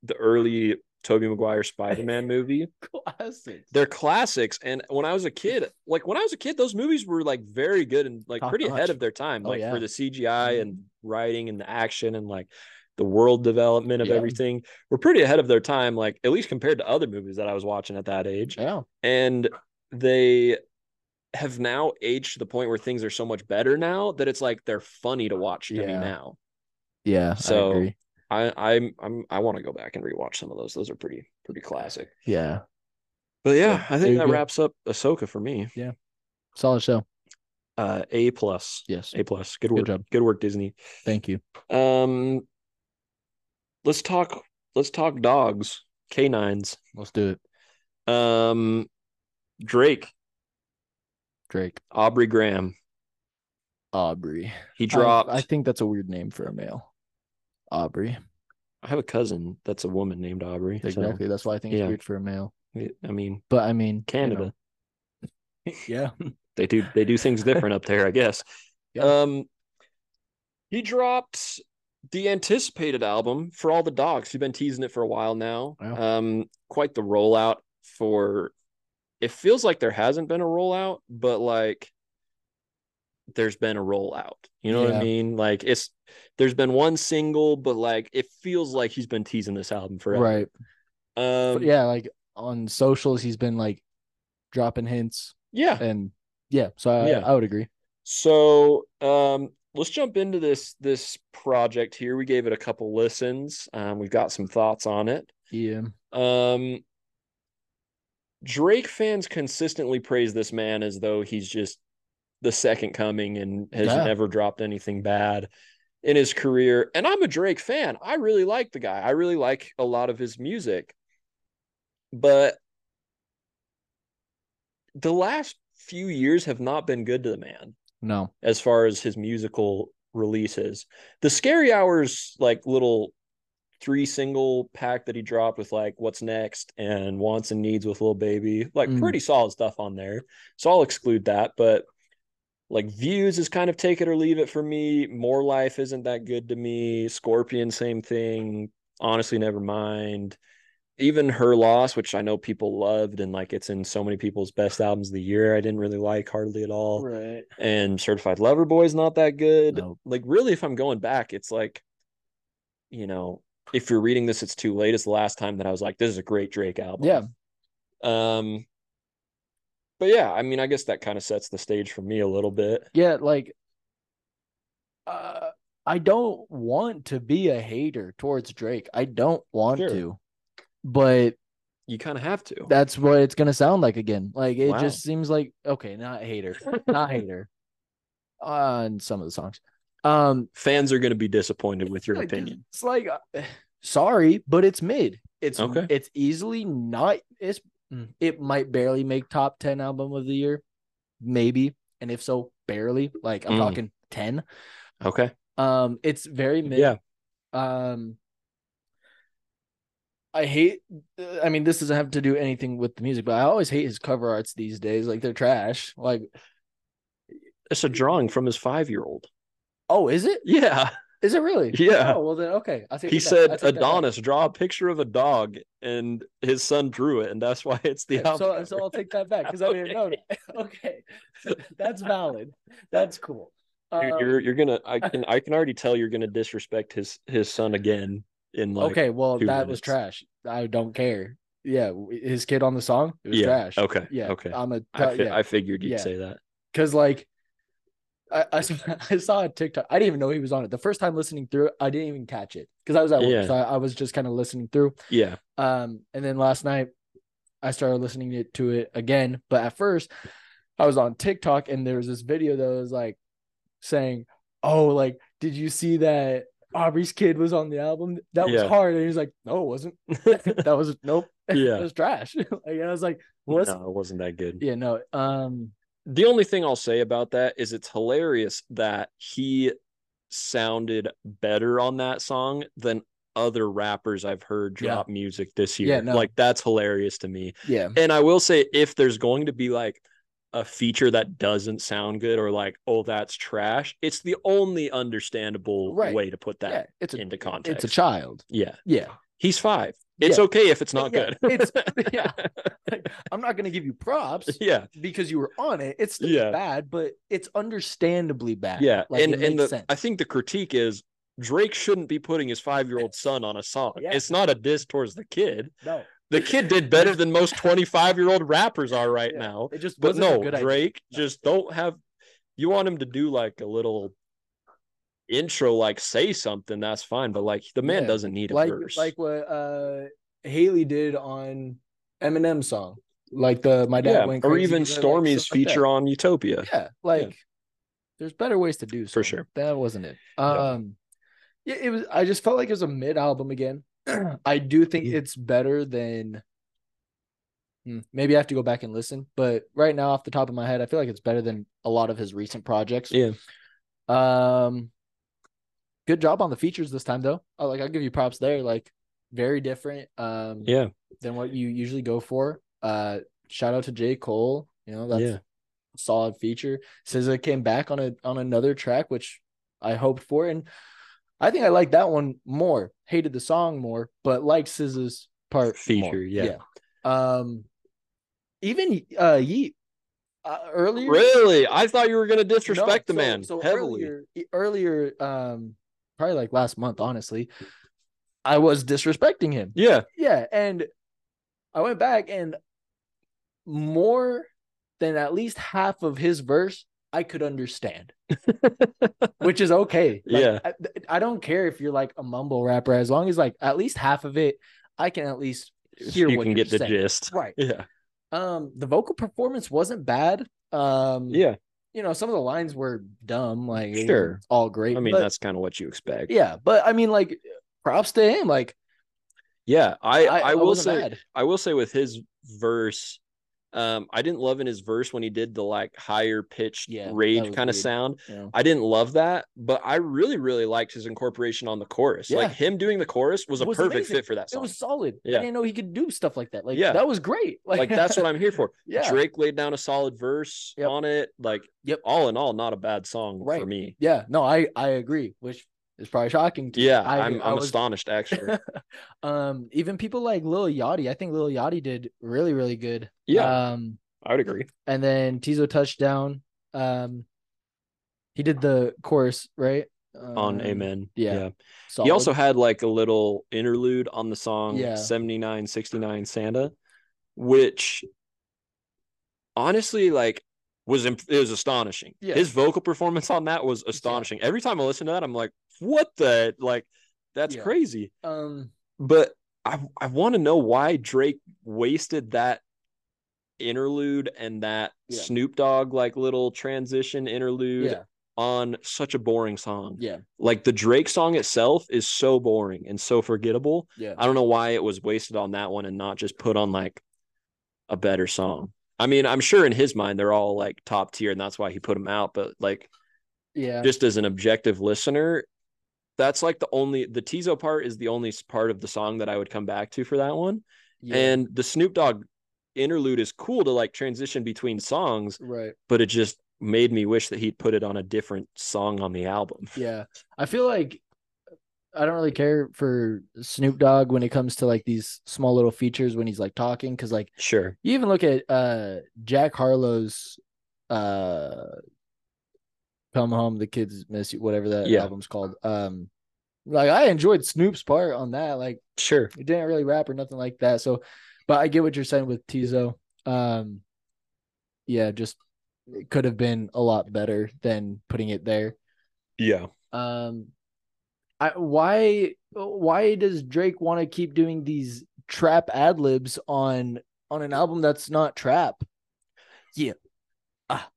the early Tobey Maguire Spider-Man movie, Classic. they're classics. And when I was a kid, like when I was a kid, those movies were like very good and like Top pretty notch. ahead of their time. Oh, Like yeah. Mm. for the CGI and writing and the action and like the world development of Yeah. everything were pretty ahead of their time, like at least compared to other movies that I was watching at that age. yeah. and they have now aged to the point where things are so much better now that it's like they're funny to watch to me Yeah. now. Yeah. So- I agree. I, I'm I'm I want to go back and rewatch some of those. Those are pretty pretty classic. Yeah. But yeah, I there think you that go. wraps up Ahsoka for me. Solid show. Uh, a plus, Yes. A plus. Good work, job. good work, Disney. Thank you. Um, let's talk. Let's talk dogs, canines. Let's do it. Um, Drake, Drake. Aubrey Graham. Aubrey. He dropped. Um, I, I think that's a weird name for a male. Aubrey. I have a cousin that's a woman named Aubrey. so, Exactly. That's why I think it's yeah. weird for a male. I mean, But I mean, you Canada. know. yeah. they do they do things different up there, I guess. Yeah. Um he dropped the anticipated album for all the dogs. You've been teasing it for a while now. Wow. Um quite the rollout for it feels like there hasn't been a rollout, but like there's been a rollout. You know what I Yeah. mean? Like it's there's been one single, but like it feels like he's been teasing this album forever. Right. Um But yeah. Like on socials, he's been like dropping hints yeah. and yeah. So I, Yeah. I would agree. So um, let's jump into this this project here. We gave it a couple listens. Um, we've got some thoughts on it. Yeah. Um, Drake fans consistently praise this man as though he's just the second coming and has Yeah. never dropped anything bad in his career. And I'm a Drake fan. I really like the guy. I really like a lot of his music. But the last few years have not been good to the man No. as far as his musical releases. The Scary Hours, like little three single pack that he dropped with like What's Next and Wants and Needs with Little Baby, like Mm. pretty solid stuff on there. So I'll exclude that, but like views is kind of take it or leave it for me. More life isn't that good to me. Scorpion, same thing. Honestly, never mind. Even her loss, which I know people loved, and like it's in so many people's best albums of the year. I didn't really like hardly at all Right. and certified lover boy is not that good Nope. like really if i'm going back it's like you know if you're reading this it's too late it's the last time that i was like this is a great drake album Yeah. um but yeah i mean i guess that kind of sets the stage for me a little bit Yeah. Like, uh, I don't want to be a hater towards Drake. I don't want Sure. to. But you kind of have to that's what it's gonna sound like again. Like it Wow. just seems like okay, not hater, not hater on some of the songs. Um, fans are going to be disappointed with your opinion It's like uh, sorry, but it's mid. It's Okay. Hmm. It's easily not. It's it might barely make top ten album of the year, maybe, and if so, barely. Like I'm Mm. talking ten. okay Um, it's very mid. yeah Um, I hate. I mean, this doesn't have to do anything with the music, but I always hate his cover arts these days. Like they're trash. Like, it's a drawing from his five-year-old oh, is it? yeah Is it really? Yeah. Oh, well then, okay. I take he it back. I said take that back. adonis draw a picture of a dog and his son drew it and that's why it's the Okay, album So, cover. so I'll take that back because I didn't know. that. Okay, that's valid. That's cool. Dude, Um, you're you're gonna I can I can already tell you're gonna disrespect his his son again in like okay, well two that was minutes. trash. I don't care. Yeah, w- his kid on the song. It was Yeah, trash. okay, Yeah. okay. I'm a. I, fi- yeah. I figured you'd yeah. say that. because like I, I s- I saw a TikTok. I didn't even know he was on it. The first time listening through, it, I didn't even catch it because I was at work, Yeah. so I, I was just kind of listening through. Yeah. Um, and then last night, I started listening it, to it again. But at first, I was on TikTok and there was this video that was like saying, "Oh, like, did you see that Aubrey's kid was on the album? That was Yeah. hard." And he was like, "No, it wasn't. that was nope. Yeah. it was trash." like, and I was like, "Well, that's no, it wasn't that good. yeah, no. Um, the only thing I'll say about that is it's hilarious that he sounded better on that song than other rappers I've heard Yeah. drop music this year. Yeah, no. Like that's hilarious to me. Yeah. And I will say if there's going to be like a feature that doesn't sound good or like oh that's trash, it's the only understandable Right. way to put yeah. that It's a into context. it's a child. yeah. Yeah. He's 5. It's okay if it's not Yeah, good. it's yeah. Like, I'm not gonna give you props yeah. because you were on it. It's still Yeah. bad, but it's understandably bad. Yeah, Like, and it and the, makes I sense. think the critique is Drake shouldn't be putting his five year old son on a song. Yeah. It's not a diss towards the kid. No, The kid did better than most twenty five year old rappers are right Yeah. now. it just But wasn't no, a good idea. Drake No. just don't have. You want him to do like a little intro, like say something. That's fine, but like the man Yeah. doesn't need a like verse. like what uh Haley did on Eminem song, like the my dad yeah, went or crazy even because I liked Stormy's stuff like that. feature on Utopia. yeah like there's better ways to do For something. sure. that wasn't it Yeah. um yeah it was i just felt like it was a mid album again i do think Mhm. it's better than Hmm, maybe i have to go back and listen but right now off the top of my head i feel like it's better than a lot of his recent projects Yeah. um good job on the features this time though oh, like i'll give you props there like very different um Yeah, than what you usually go for uh shout out to j cole you know that's yeah, solid feature. SZA came back on a on another track, which I hoped for, and I think I liked that one more. Hated the song more, but liked SZA's part more. feature. Yeah. Um, even uh, Yeet uh, earlier. really? I thought you were gonna No, disrespect the so- man So heavily. earlier, e, earlier, um, probably like last month, honestly, I was disrespecting him. Yeah, Yeah, and I went back and more than at least half of his verse I could understand, which is okay. Like, Yeah. I, I don't care if you're like a mumble rapper as long as like at least half of it I can at least hear you what can you're get the saying. gist. right. Yeah, Um, the vocal performance wasn't bad. Um, yeah. you know some of the lines were dumb, like it Sure. wasn't all great. I mean, but- that's kind of what you expect. yeah, but I mean like props to him. Like Yeah, I, I, will wasn't say mad. I will say with his verse, um, I didn't love in his verse when he did the like higher pitched Yeah, that rage was kind of weird. sound. you know. I didn't love that, but I really really liked his incorporation on the chorus. Like Yeah. him doing the chorus was a Was perfect amazing. fit for that it song. was solid. Yeah. I didn't know he could do stuff like that. Like Yeah. that was great. Like, like that's what I'm here for. yeah. Drake laid down a solid verse Yep. on it. Like Yep. all in all, not a bad song Right. for me. Yeah. No, I I agree, which is probably shocking to Yeah, I- I, am I I'm was- astonished actually. um even people like Lil Yachty. I think Lil Yachty did really, really good. Yeah. Um I would agree. and then Tizo touchdown. Um he did the chorus, right? On Um, Amen. yeah. Solid. He also had like a little interlude on the song Yeah. 7969 Santa, which honestly, like, was imp- it was astonishing. Yeah. His vocal performance on that was astonishing. Every time I listen to that, I'm like, what the like that's Yeah. crazy. um But I I want to know why Drake wasted that interlude and that Yeah. Snoop Dogg like little transition interlude yeah, on such a boring song yeah, like the Drake song itself is so boring and so forgettable. yeah. I don't know why it was wasted on that one and not just put on like a better song. I mean, I'm sure in his mind they're all like top tier and that's why he put them out, but like Yeah. just as an objective listener, that's like the only the Tizo part is the only part of the song that I would come back to for that one. yeah. And the Snoop Dogg interlude is cool to like transition between songs, right. but it just made me wish that he'd put it on a different song on the album. Yeah. I feel like I don't really care for Snoop Dogg when it comes to like these small little features when he's like talking cuz like Sure. you even look at uh Jack Harlow's uh Come Home the Kids Miss You whatever that Yeah. album's called. Um like I enjoyed Snoop's part on that like Sure. it didn't really rap or nothing like that. So, but I get what you're saying with Tizo. Um, yeah, just it could have been a lot better than putting it there. Yeah. Um, I why why does Drake want to keep doing these trap ad libs on on an album that's not trap? Yeah, ah,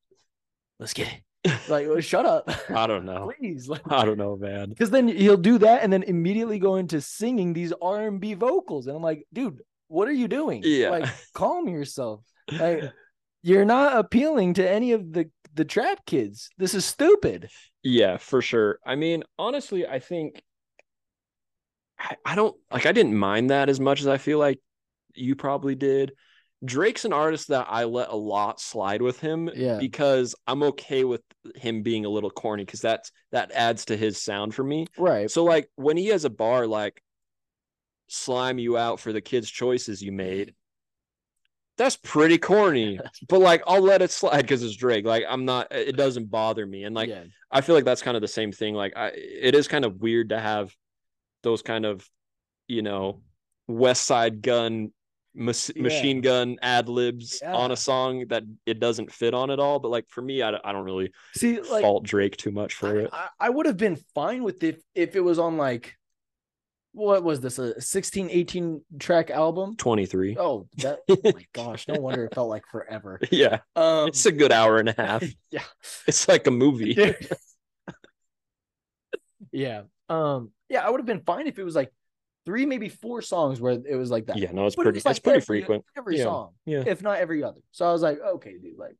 let's get it. Like, shut up, I don't know. please. Like, I don't know, man. because then he'll do that and then immediately go into singing these R and B vocals, and I'm like, dude, what are you doing? Yeah. like calm yourself. Like You're not appealing to any of the the trap kids. This is stupid. Yeah, for sure. I mean, honestly, I think I, I don't like I didn't mind that as much as I feel like you probably did. Drake's an artist that I let a lot slide with him Yeah. because I'm okay with him being a little corny because that's that adds to his sound for me. Right. So like when he has a bar like slime you out for the kids' choices you made, that's pretty corny. but like I'll let it slide because it's Drake. Like I'm not it doesn't bother me. And like yeah. I feel like that's kind of the same thing. Like I it is kind of weird to have those kind of, you know, West Side gun mas- Yeah. machine gun ad libs Yeah. on a song that it doesn't fit on at all. But like for me, I, don't- I don't really See, like fault Drake too much for I, it. I, I would have been fine with if if it was on like what was this a 16 18 track album? 23. Oh, that oh my gosh, no wonder it felt like forever. Yeah. Um It's a good hour and a half. yeah. It's like a movie. Yeah. yeah. Um yeah, I would have been fine if it was like three maybe four songs where it was like that. Yeah, no, it's But it pretty was, like, it's pretty every- frequent. Every Yeah. song, Yeah. if not every other. So I was like, okay, dude, like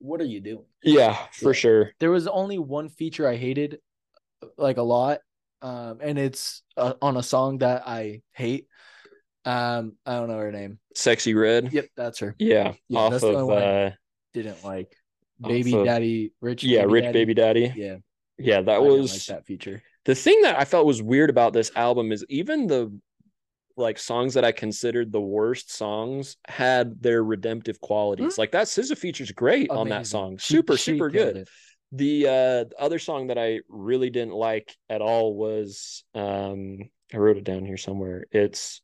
what are you doing? Yeah, for Yeah. sure. There was only one feature I hated like a lot. Um and it's uh, on a song that I hate. Um I don't know her name. Sexy Red. Yep, that's her. Yeah. Yeah, off that's the of only one. uh Didn't like Off Baby of- Daddy Rich Oh, yeah, Rich Baby Daddy. Yeah. Yeah, I that didn't was like that feature. the thing that I felt was weird about this album is even the like songs that I considered the worst songs had their redemptive qualities. Like that SZA feature's great on that Mm. Amazing. song. She- Super, she super killed good. it. The uh other song that I really didn't like at all was um I wrote it down here somewhere. It's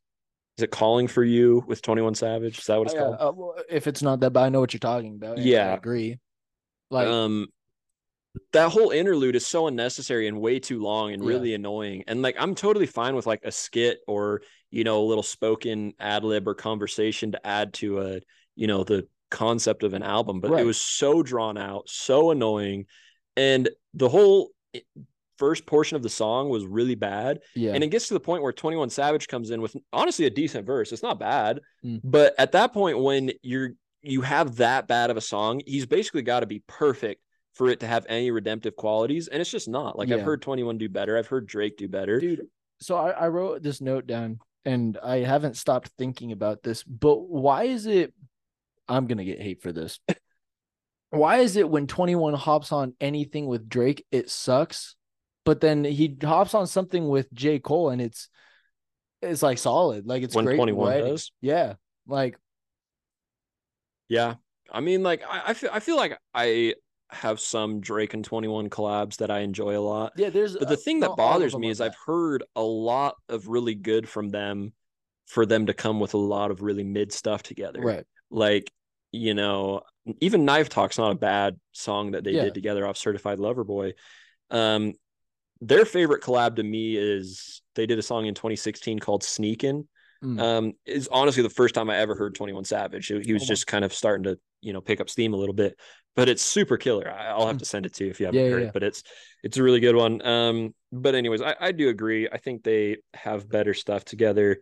is it calling for you with 21 Savage? Is that what it's Yeah, called? uh, well, if it's not that, but I know what you're talking about. and I Yeah. agree. Like, um that whole interlude is so unnecessary and way too long and Yeah. really annoying and like i'm totally fine with like a skit or you know a little spoken ad lib or conversation to add to a you know the concept of an album but Right. it was so drawn out so annoying and the whole i- first portion of the song was really bad yeah, and it gets to the point where 21 Savage comes in with honestly a decent verse. It's not bad. Mm. But at that point, when you're you have that bad of a song, he's basically got to be perfect for it to have any redemptive qualities. And it's just not. Like I've Yeah. heard 21 do better. I've heard Drake do better. dude. So I, I wrote this note down, and I haven't stopped thinking about this. But why is it? I'm gonna get hate for this. why is it when 21 hops on anything with Drake, it sucks, but then he hops on something with J Cole, and it's it's like solid, like it's when great. 21 writing. does. yeah, like Yeah. I mean, like I, I feel I feel like I have some Drake and 21 collabs that I enjoy a lot. yeah. There's But uh, the thing not all that of bothers them me are is bad. I've heard a lot of really good from them for them to come with a lot of really mid stuff together. right. like you know even knife talk's not a bad song that they Yeah. did together off certified lover boy um their favorite collab to me is they did a song in 2016 called sneakin Mm. um is honestly the first time i ever heard 21 savage he, he was Oh my- just kind of starting to you know pick up steam a little bit but it's super killer I, i'll have Mm. to send it to you if you haven't Yeah, yeah, heard yeah. it but it's it's a really good one um but anyways I, I do agree i think they have better stuff together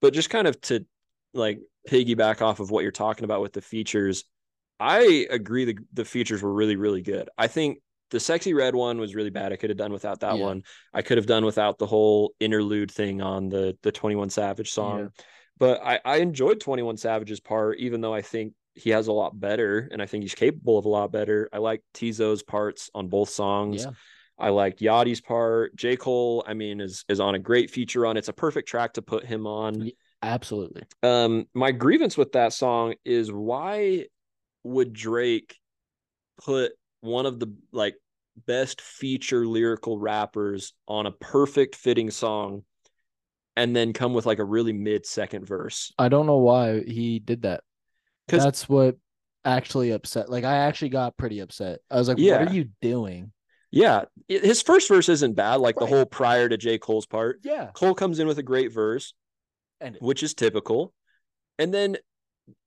but just kind of to like piggyback off of what you're talking about with the features i agree the, the features were really really good i think the sexy red one was really bad i could have done without that Yeah. one i could have done without the whole interlude thing on the the 21 savage song Yeah. but i i enjoyed 21 savage's part even though i think he has a lot better and i think he's capable of a lot better i like tizo's parts on both songs Yeah. I liked Yachty's part. J. Cole, I mean, is is on a great feature on. It's a perfect track to put him on Absolutely. um my grievance with that song is why would drake put one of the like best feature lyrical rappers on a perfect fitting song and then come with like a really mid second verse I don't know why he did that. 'Cause- That's what actually upset. Like I actually got pretty upset. I was like, Yeah. "What are you doing?" yeah i- his first verse isn't bad like Right. the whole prior to j cole's part Yeah, cole comes in with a great verse and which is typical. And then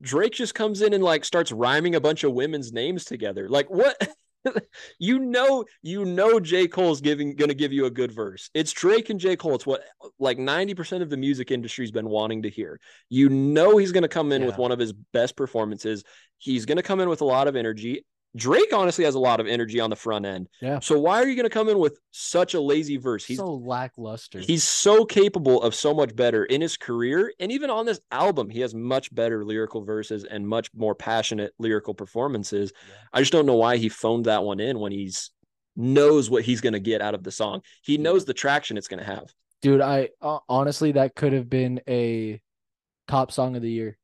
Drake just comes in and like starts rhyming a bunch of women's names together. Like what? you know, you know, J. Cole's giving gonna give you a good verse. It's Drake and J. Cole. It's what like 90% of the music industry's been wanting to hear. You know he's gonna come in with Yeah. one of his best performances. He's gonna come in with a lot of energy. Drake honestly has a lot of energy on the front end. Yeah. So why are you gonna come in with such a lazy verse? He's so lackluster. He's so capable of so much better in his career. And even on this album, he has much better lyrical verses and much more passionate lyrical performances. I just don't know why he phoned that one in when he's knows what he's going to get out of the song. He knows the traction it's going to have. Dude, I uh, honestly that could have been a top song of the year.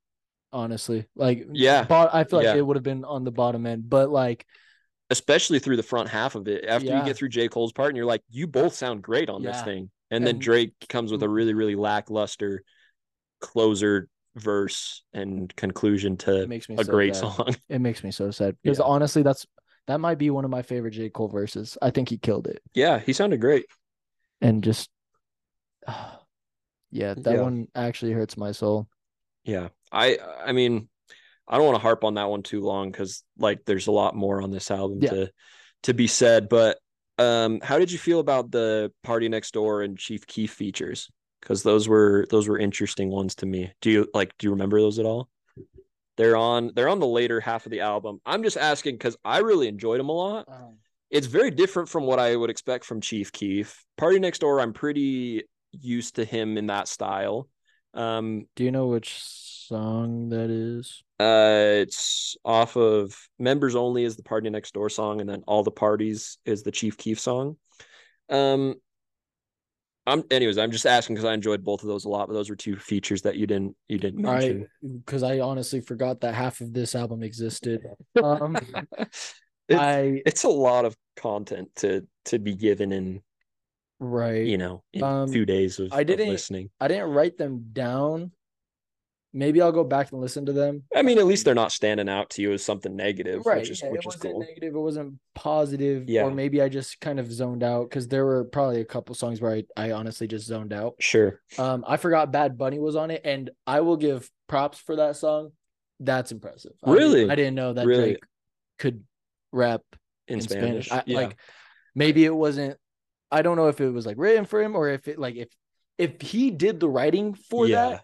Honestly, like Yeah. bo- I feel like Yeah. it would have been on the bottom end, but like Especially through the front half of it. After you Yeah. get through J. Cole's part and you're like, you both sound great on this Yeah. thing. And then And- Mm-hmm. Drake comes with a really, really lackluster closer verse and conclusion it to makes me a so great sad. song. It makes me so sad because Yeah. honestly, that's that might be one of my favorite J Cole verses. I think he killed it yeah. He sounded great. and just yeah, that Yeah. one actually hurts my soul. Yeah. I I mean, I don't want to harp on that one too long because like there's a lot more on this album Yeah. to to be said. But um how did you feel about the Party Next Door and Chief Keef features? Because those were those were interesting ones to me. Do you like do you remember those at all? They're on they're on the later half of the album. I'm just asking because I really enjoyed them a lot Uh. it's very different from what I would expect from Chief Keef. Party Next Door, I'm pretty used to him in that style. Um, Do you know which song that is? uh, it's off of Members Only is the Party Next Door song, and then All the Parties is the Chief Keef song. Um, I'm anyways. I'm just asking because I enjoyed both of those a lot, but those were two features that you didn't you didn't mention. I because I honestly forgot that half of this album existed. Um, It's- I It's a lot of content to to be given in right. you know in Um, two days of, I of didn't- listening. I didn't write them down. Maybe I'll go back and listen to them. I mean, at least they're not standing out to you as something negative, which is yeah, which it is wasn't cool. negative. It wasn't positive. Yeah. Or maybe I just kind of zoned out because there were probably a couple songs where I, I honestly just zoned out. Sure. Um, I forgot Bad Bunny was on it, and I will give props for that song. That's impressive. I didn't- Really? I didn't know that Really? Drake could rap In, Spanish. I, yeah. Like maybe it wasn't. I don't know if it was like written for him or if it like if if he did the writing for Yeah. that.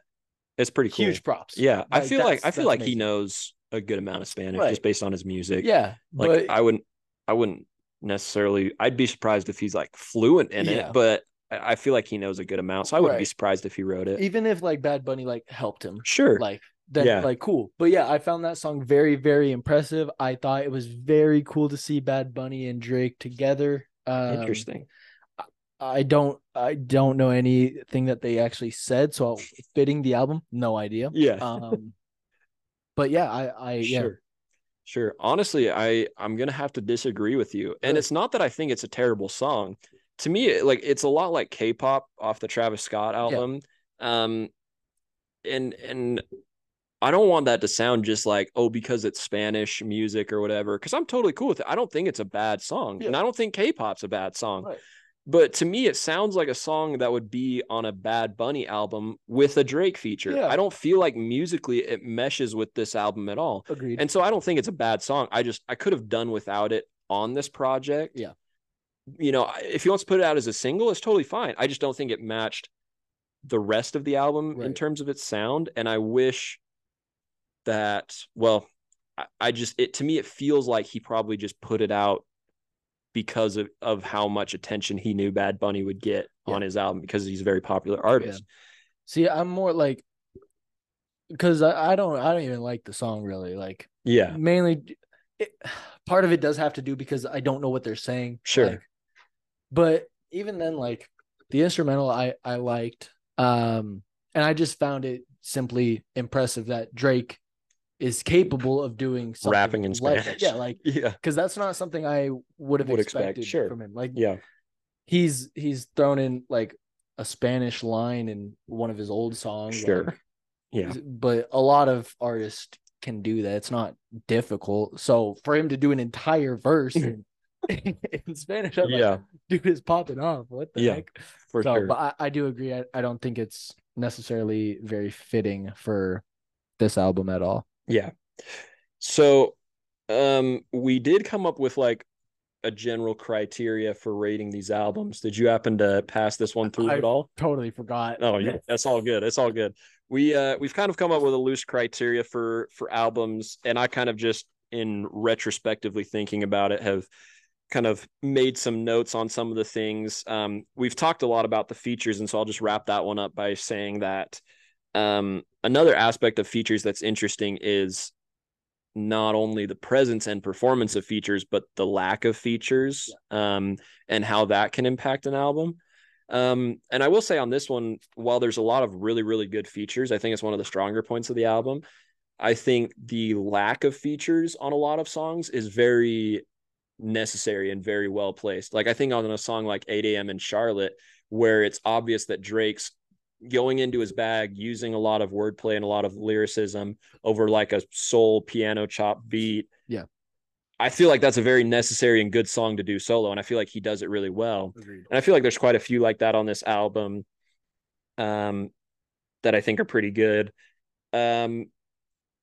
it's pretty cool. Huge props. Yeah. I Like, feel like that's- I feel like that's he amazing. knows a good amount of Spanish Right. just based on his music. Yeah, Like but I wouldn't I wouldn't necessarily I'd be surprised if he's like fluent in Yeah. it, but I, I feel like he knows a good amount. So I wouldn't be Right. surprised if he wrote it. even if like Bad Bunny like helped him, sure. like then Yeah. like cool. But yeah, I found that song very very impressive. I thought it was very cool to see Bad Bunny and Drake together. Um, Interesting. I don't I don't know anything that they actually said, so fitting the album, no idea. Yeah. Um, but yeah, I I yeah Sure. Sure. Honestly, I I'm going to have to disagree with you. And Sure. it's not that I think it's a terrible song. To me, it- like it's a lot like K-pop off the Travis Scott album. Um and and I don't want that to sound just like, oh, because it's Spanish music or whatever, because I'm totally cool with it. I don't think it's a bad song. Yeah. And I don't think K-pop's a bad song. Right. But to me, it sounds like a song that would be on a Bad Bunny album with a Drake feature. Yeah. I don't feel like musically it meshes with this album at all. agreed. And so I don't think it's a bad song. I just I could have done without it on this project. Yeah. You know, I- if he wants to put it out as a single, it's totally fine. I just don't think it matched the rest of the album in Right. terms of its sound. And I wish that well, I, I just it to me it feels like he probably just put it out because of, of how much attention he knew Bad Bunny would get Yeah. on his album because he's a very popular artist. See, I'm more like because I, I don't I don't even like the song really. Like Yeah. mainly, it, part of it does have to do because I don't know what they're saying. Sure. like, but even then, like the instrumental, I I liked, um, and I just found it simply impressive that Drake is capable of doing something Rapping in like that. Spanish. Yeah, like Yeah. because that's not something I would have Would expect, expected sure. from him. Like Yeah. he's he's thrown in like a Spanish line in one of his old songs. like, Sure. Yeah. but a lot of artists can do that. It's not difficult. So for him to do an entire verse in, in Spanish, I'm like, Yeah. dude is popping off. What the Yeah, heck? For so, sure. but I, I do agree. I, I don't think it's necessarily very fitting for this album at all. Yeah. So um we did come up with like a general criteria for rating these albums. Did you happen to pass this one through I- at all? Totally forgot. No, you- Oh, that's all good. That's all good. We uh we've kind of come up with a loose criteria for for albums, and I kind of just in retrospectively thinking about it have kind of made some notes on some of the things. Um, we've talked a lot about the features, and so I'll just wrap that one up by saying that um another aspect of features that's interesting is not only the presence and performance of features, but the lack of features um and how that can impact an album. Um, and I will say on this one, while there's a lot of really, really good features, I think it's one of the stronger points of the album. I think the lack of features on a lot of songs is very necessary and very well placed. Like I think on a song like 8 a.m. in Charlotte, where it's obvious that Drake's going into his bag, using a lot of wordplay and a lot of lyricism over like a soul piano chop beat. Yeah. I feel like that's a very necessary and good song to do solo. And I feel like he does it really well Agreed. and I feel like there's quite a few like that on this album, um, that I think are pretty good. Um,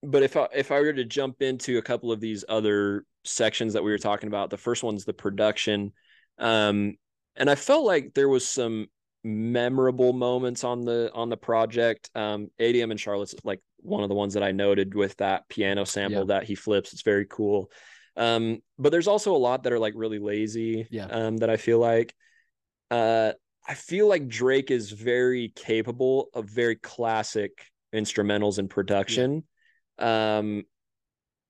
but if I if I were to jump into a couple of these other sections that we were talking about, the first one's the production, um, and I felt like there was some memorable moments on the on the project. Um, ADM in Charlotte's like one of the ones that I noted with that piano sample Yeah. that he flips. It's very cool. Um, but there's also a lot that are like really lazy. Yeah. Um, that I feel like uh I feel like Drake is very capable of very classic instrumentals in production. Um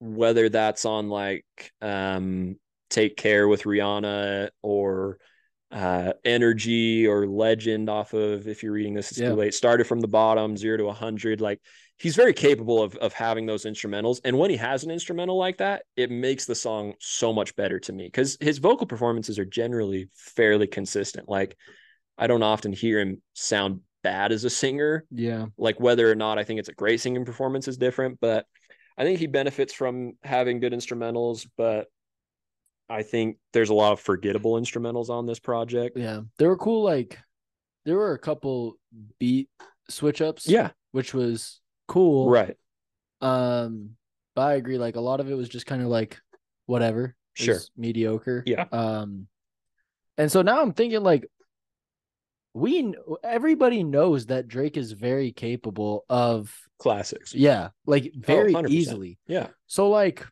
whether that's on like um Take Care with Rihanna or uh Energy or Legend off of if you're reading this it's Yeah. too late started from the bottom 0 to 100 like he's very capable of of having those instrumentals and when he has an instrumental like that it makes the song so much better to me cuz his vocal performances are generally fairly consistent like i don't often hear him sound bad as a singer Yeah. like whether or not I think it's a great singing performance is different, but I think he benefits from having good instrumentals, but I think there's a lot of forgettable instrumentals on this project. Yeah. There were cool, like, there were a couple beat switch ups, Yeah, which was cool. right. Um, but I agree. Like, a lot of it was just kind of like whatever. It Sure. was Mediocre. Yeah. Um, and so now I'm thinking, like, we kn- everybody knows that Drake is very capable of, Classics. yeah, like Oh, very 100%. easily. Yeah. So like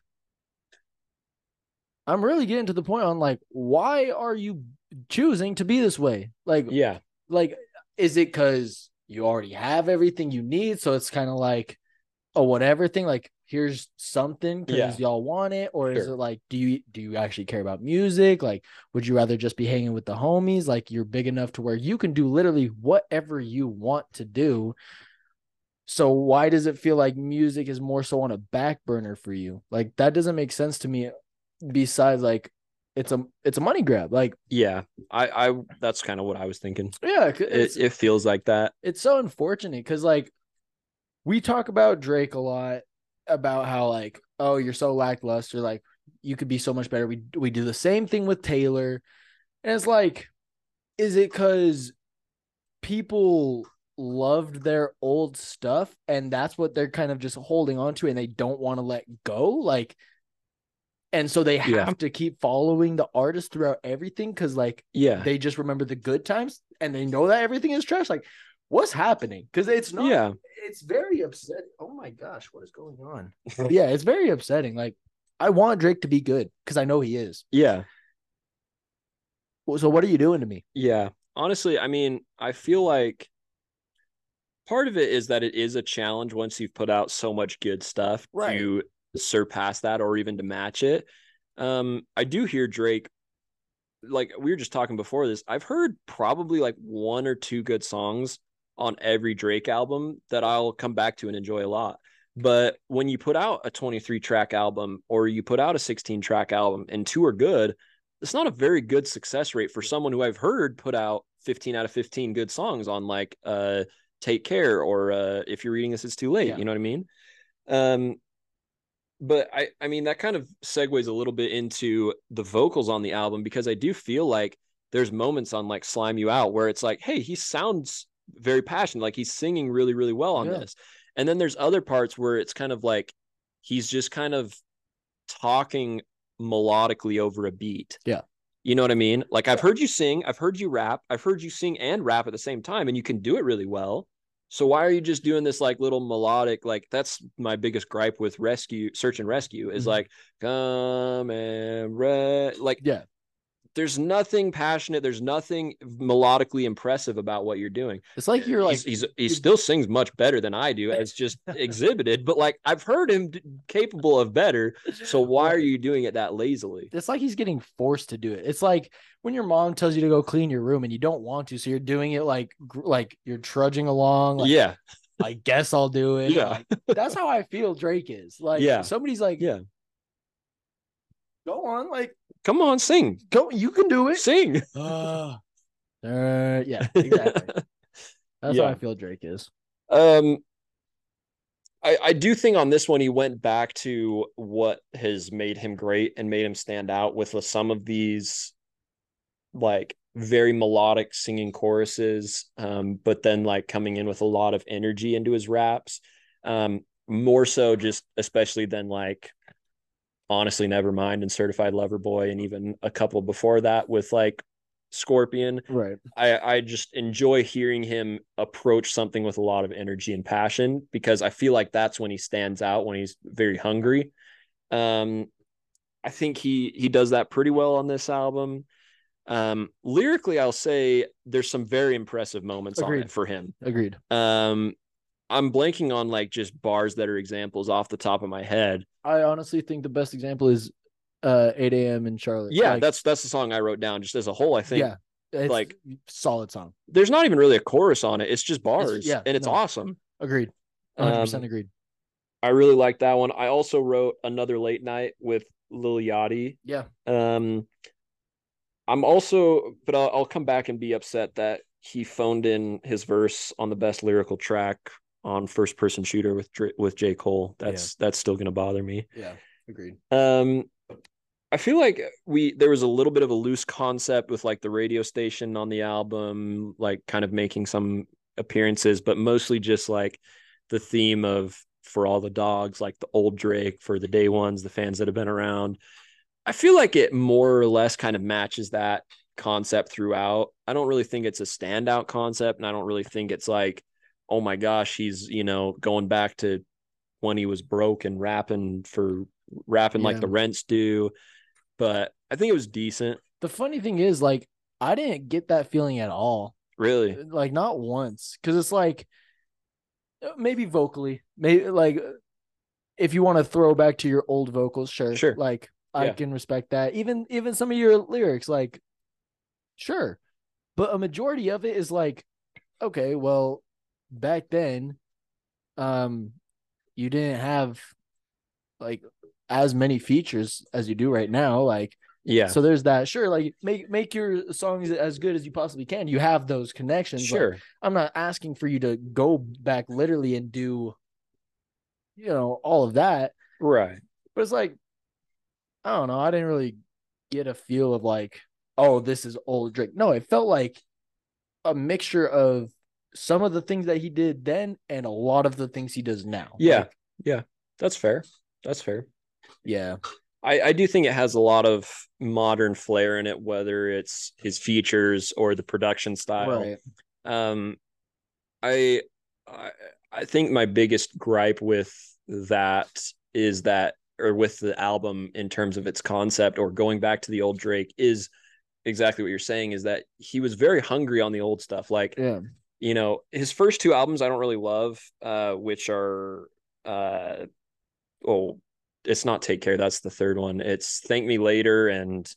I'm really getting to the point on like why are you choosing to be this way? Like Yeah. like is it cuz you already have everything you need so it's kind of like a whatever thing like here's something cuz Yeah. y'all want it or is Sure. it like do you do you actually care about music? Like would you rather just be hanging with the homies? Like you're big enough to where you can do literally whatever you want to do. So why does it feel like music is more so on a back burner for you? Like that doesn't make sense to me. Besides, like it's a it's a money grab. Like Yeah. I I that's kind of what I was thinking. yeah, c- it's It, it feels like that. it's so unfortunate because like we talk about Drake a lot about how like oh you're so lackluster like you could be so much better. We we do the same thing with Taylor, and it's like, is it because people loved their old stuff and that's what they're kind of just holding on to and they don't want to let go like and so they have Yeah. to keep following the artist throughout everything because like Yeah. they just remember the good times and they know that everything is trash like what's happening because it's not yeah. it's very upsetting oh my gosh what is going on yeah it's very upsetting like i want drake to be good because i know he is Yeah. Well, so what are you doing to me Yeah. Honestly, I mean, I feel like part of it is that it is a challenge once you've put out so much good stuff Right. to surpass that or even to match it. Um, I do hear Drake, like we were just talking before this, I've heard probably like one or two good songs on every Drake album that I'll come back to and enjoy a lot. But when you put out a 23 track album or you put out a 16 track album and two are good, it's not a very good success rate for someone who I've heard put out 15 out of 15 good songs on like uh Take Care or uh If You're Reading This It's Too Late. Yeah. You know what I mean? Um but I I mean that kind of segues a little bit into the vocals on the album because I do feel like there's moments on like Slime You Out where it's like, hey, he sounds very passionate, like he's singing really, really well on Yeah. this. And then there's other parts where it's kind of like he's just kind of talking melodically over a beat. Yeah. You know what I mean? Like I've heard you sing, I've heard you rap, I've heard you sing and rap at the same time, and you can do it really well. So why are you just doing this like little melodic? Like that's my biggest gripe with rescue, search and rescue is Mhm. like come and re-. like Yeah. there's nothing passionate, there's nothing melodically impressive about what you're doing. It's like you're like he's, he's he still sings much better than I do. It's just exhibited, but like I've heard him d- capable of better. So why are you doing it that lazily? it's like he's getting forced to do it. It's like when your mom tells you to go clean your room and you don't want to, so you're doing it like gr- like you're trudging along. Like, yeah, I guess I'll do it. Yeah. Like, that's how I feel. Drake is like. Yeah. Somebody's like. Yeah. Go on, like come on, sing, go. You can do it. sing. uh, yeah, exactly. That's how Yeah. I feel Drake is. Um, I I do think on this one he went back to what has made him great and made him stand out with some of these, like very melodic singing choruses, um, but then like coming in with a lot of energy into his raps, um, more so just especially than like honestly nevermind and certified lover boy and even a couple before that with like scorpion Right. I, I just enjoy hearing him approach something with a lot of energy and passion because I feel like that's when he stands out when he's very hungry. Um, I think he he does that pretty well on this album. Um, lyrically, I'll say there's some very impressive moments on Agreed. it for him. Agreed. Um, I'm blanking on like just bars that are examples off the top of my head. I honestly think the best example is uh 8 a.m. in Charlotte. Yeah, Like, that's that's the song I wrote down just as a whole. I think yeah. It's like- like solid song. there's not even really a chorus on it. It's just bars, yeah, and it's no. awesome. Agreed. 100% Um, agreed. I really like that one. I also wrote another late night with Lil Yachty. Yeah. Um, I'm also, but I'll, I'll come back and be upset that he phoned in his verse on the best lyrical track on First Person Shooter with Dr- with J Cole. That's that's still gonna bother me. Yeah. Agreed. Um, I feel like we there was a little bit of a loose concept with like the radio station on the album, like kind of making some appearances, but mostly just like the theme of for all the dogs, like the old Drake for the day ones, the fans that have been around. I feel like it more or less kind of matches that concept throughout. I don't really think it's a standout concept, and I don't really think it's like, oh my gosh, he's you know going back to when he was broke and rapping for rapping like Yeah. the rents do but I think it was decent. The funny thing is like I didn't get that feeling at all. Really, uh, Like not once cuz it's like uh, maybe vocally, maybe like uh, if you want to throw back to your old vocals, sure. Sure. Like I Yeah. can respect that. Even even some of your lyrics like sure. But a majority of it is like okay, well back then um you didn't have like as many features as you do right now like yeah, so there's that. Sure, like make make your songs as good as you possibly can. You have those connections. like, sure, I'm not asking for you to go back literally and do, you know, all of that. right, But it's like, I don't know. I didn't really get a feel of like, oh, this is old Drake. No, it felt like a mixture of some of the things that he did then and a lot of the things he does now. yeah, Like, yeah. That's fair. That's fair. yeah. I, I do think it has a lot of modern flair in it, whether it's his features or the production style. Right. Um, I, I I think my biggest gripe with that is that, or with the album in terms of its concept, or going back to the old Drake, is exactly what you're saying. Is that he was very hungry on the old stuff, like Yeah. you know his first two albums i don't really love uh which are uh oh it's not take care that's the third one it's thank me later and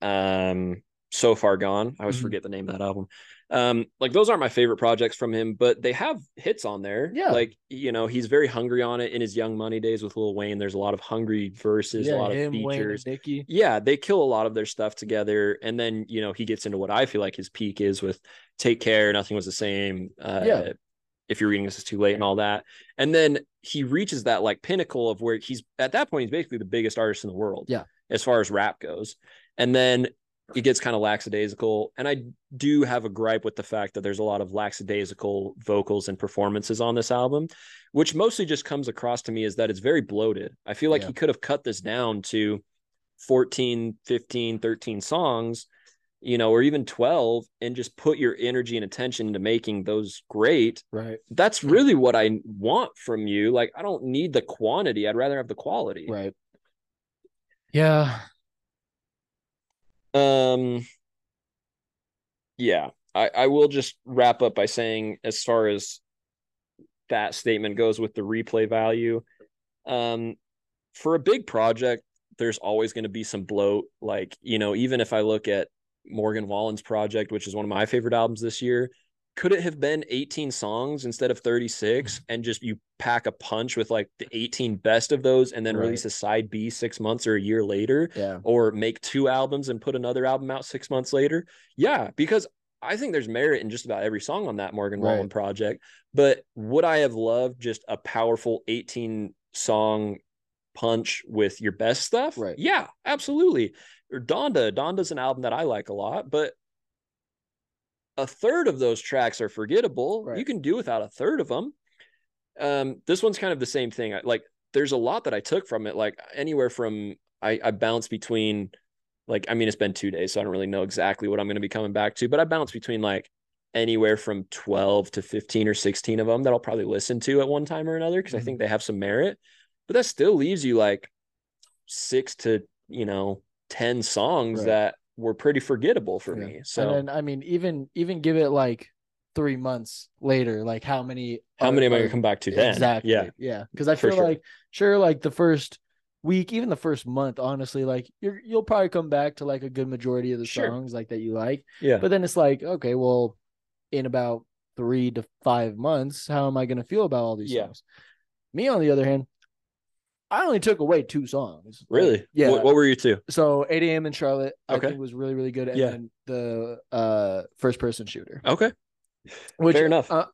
um so far gone i always Mhm. forget the name of that album um like those aren't my favorite projects from him but they have hits on there Yeah. like you know he's very hungry on it in his young money days with lil wayne there's a lot of hungry verses yeah, a lot him, of Wayne, and features Nicki. yeah, they kill a lot of their stuff together, and then you know he gets into what I feel like his peak is with "Take Care," nothing was the same. Uh, Yeah. if you're reading this is too late and all that, and then he reaches that like pinnacle of where he's at that point he's basically the biggest artist in the world. Yeah. as far as rap goes, and then it gets kind of lackadaisical. And I do have a gripe with the fact that there's a lot of lackadaisical vocals and performances on this album, which mostly just comes across to me is that it's very bloated. I feel like Yeah. he could have cut this down to 14, 15, 13 songs, you know, or even 12 and just put your energy and attention into making those great. Right. That's really what I want from you. Like I don't need the quantity, I'd rather have the quality. Right. Yeah. Um yeah, I I will just wrap up by saying as far as that statement goes with the replay value, um for a big project there's always going to be some bloat. Like, you know, even if I look at Morgan Wallen's project, which is one of my favorite albums this year, could it have been 18 songs instead of 36 and just you pack a punch with like the 18 best of those and then Right. release a side B six months or a year later Yeah. or make two albums and put another album out six months later? Yeah, because I think there's merit in just about every song on that Morgan Wallen Right. project. But would I have loved just a powerful 18 song punch with your best stuff? Right. Yeah, absolutely. Or Donda. Donda's an album that I like a lot, but a third of those tracks are forgettable. Right. You can do without a third of them. Um, this one's kind of the same thing. I, like, there's a lot that I took from it. Like anywhere from I, I bounce between, like, I mean, it's been two days, so I don't really know exactly what I'm going to be coming back to. But I bounce between like anywhere from 12 to 15 or 16 of them that I'll probably listen to at one time or another because I Mhm. think they have some merit. But that still leaves you like six to you know ten songs Right. that were pretty forgettable for Yeah. me. So and then I mean, even even give it like three months later, like how many how are- many am I are- gonna come back to then? Exactly. Yeah. Yeah. Because I For feel sure. like sure, like the first week, even the first month, honestly, like you're you'll probably come back to like a good majority of the Sure. songs like that you like. Yeah. But then it's like, okay, well, in about three to five months, how am I gonna feel about all these Yeah. songs? Me on the other hand, I only took away two songs. Like, really? yeah. What, what were you two? so 8 a.m. in Charlotte, Okay. I think was really, really good. And Yeah. then the uh first person shooter. Okay. Which Fair enough. uh,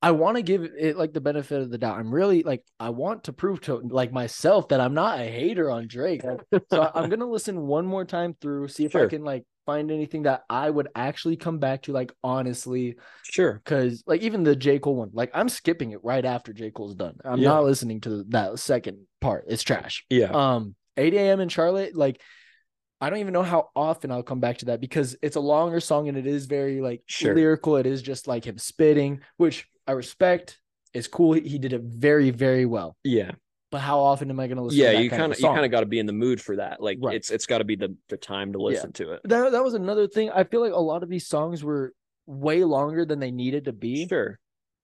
I want to give it like the benefit of the doubt. I'm really like I want to prove to like myself that I'm not a hater on Drake. Like, so um, I- I'm gonna listen one more time through, see if I Sure. can like find anything that I would actually come back to, like honestly, sure. because like even the J Cole one, like I'm skipping it right after J Cole's done. I'm Yeah. not listening to that second part. It's trash. Yeah. Um, 8 a.m. in Charlotte, like. I don't even know how often I'll come back to that because it's a longer song and it is very like Sure. lyrical. It is just like him spitting, which I respect. It's cool. He, he did it very, very well. yeah. But how often am I going to listen? Yeah. to that You kind of you song? kind of got to be in the mood for that. Like Right. it's it's got to be the the time to listen to it. That that was another thing. I feel like a lot of these songs were way longer than they needed to be. Sure.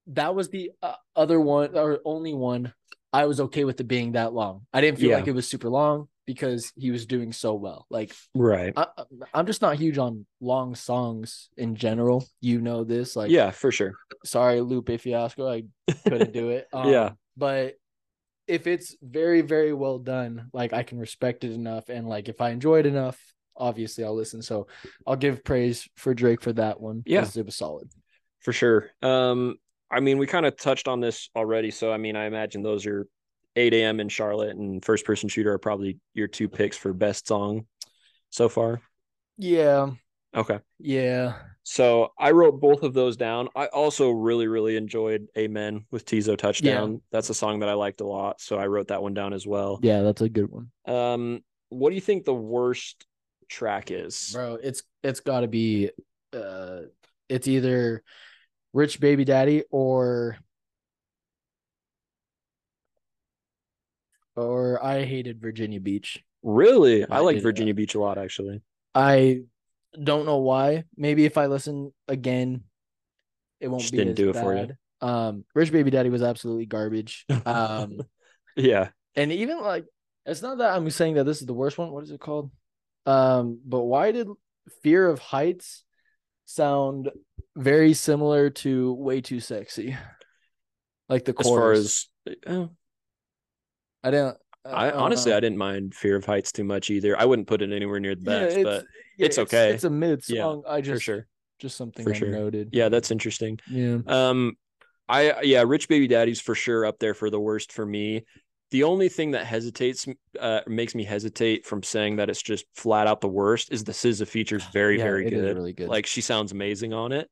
That was the uh, other one or only one I was okay with it being that long. I didn't feel Yeah. like it was super long because he was doing so well. Like Right. I, I'm just not huge on long songs in general. You know this, like yeah. For sure. sorry, Lupe Fiasco, I couldn't do it. Um, Yeah. but if it's very, very well done, like I can respect it enough, and like if I enjoy it enough, obviously I'll listen. So I'll give praise for Drake for that one. Yeah. 'cause it was solid. For sure. Um, I mean, we kind of touched on this already, so I mean, I imagine those are 8 a.m. in Charlotte and First Person Shooter are probably your two picks for best song so far. Yeah, Okay. yeah, So I wrote both of those down. I also really, really enjoyed Amen with Tizo Touchdown. That's a song that I liked a lot. So I wrote that one down as well. yeah. That's a good one, Um, what do you think the worst track is? bro. It's it's got to be, uh, it's either Rich Baby Daddy or. Or I hated Virginia Beach. Really? I I like did, uh, Virginia Beach a lot, actually. I don't know why. Maybe if I listen again, it won't Just be didn't as do it bad. for you. Um, Rich Baby Daddy was absolutely garbage. Um, Yeah. and even like, it's not that I'm saying that this is the worst one. What is it called? Um, but why did Fear of Heights sound very similar to Way Too Sexy? Like the As chorus. Uh, far as oh, I didn't. I honestly I I didn't mind Fear of Heights too much either. I wouldn't put it anywhere near the best, but um, yeah, it's okay. It's, a mid Yeah, song. I for just sure. just something For I sure. noted. Yeah, that's interesting. yeah. Um, I yeah, Rich Baby Daddy's for sure up there for the worst for me. The only thing that hesitates, uh, makes me hesitate from saying that it's just flat out the worst is the SZA features very Yeah, very it is good. really good. Like she sounds amazing on it.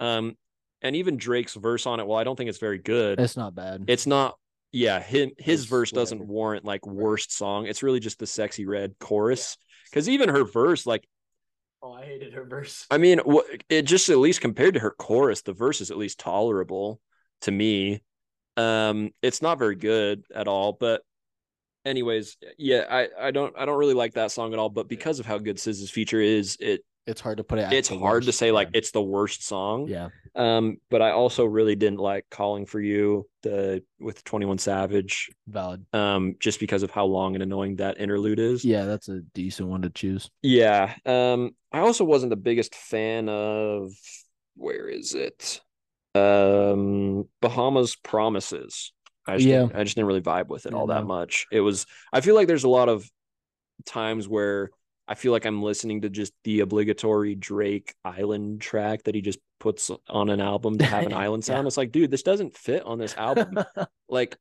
Um, and even Drake's verse on it. Well, I don't think it's very good. It's not bad. it's not yeah, him, his It's verse doesn't whatever. warrant like worst song. It's really just the sexy red chorus. Because even her verse, like Oh, I hated her verse. I mean, wha- it just at least compared to her chorus, the verse is at least tolerable to me. Um, it's not very good at all, but anyways, yeah, I, I don't I don't really like that song at all. But because of how good Scis's feature is, it It's hard to put it. at it's the hard to worst. say like Yeah. it's the worst song. yeah. Um, but I also really didn't like "Calling for You" the with Twenty One Savage, valid. um, just because of how long and annoying that interlude is. Yeah, that's a decent one to choose. Yeah. Um, I also wasn't the biggest fan of where is it? Um, Bahamas Promises. I just Yeah. didn't- I just didn't really vibe with it Yeah, all that no. much. It was I feel like there's a lot of times where I feel like I'm listening to just the obligatory Drake Island track that he just puts on an album to have an island sound. It's like, dude, this doesn't fit on this album. like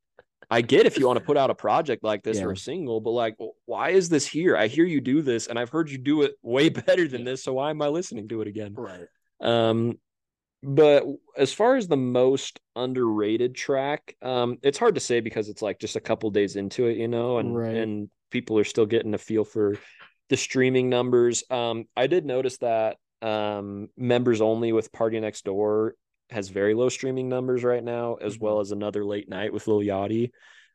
I get if you want to put out a project like this or Yeah. a single, but like, w- why is this here? I hear you do this, and I've heard you do it way better than this. So why am I listening to it again? right. Um, but as far as the most underrated track, um, it's hard to say because it's like just a couple days into it, you know, and Right. and people are still getting a feel for the streaming numbers. Um, I did notice that um, members only with Party Next Door has very low streaming numbers right now, as Mm-hmm. well as another late night with Lil Yachty.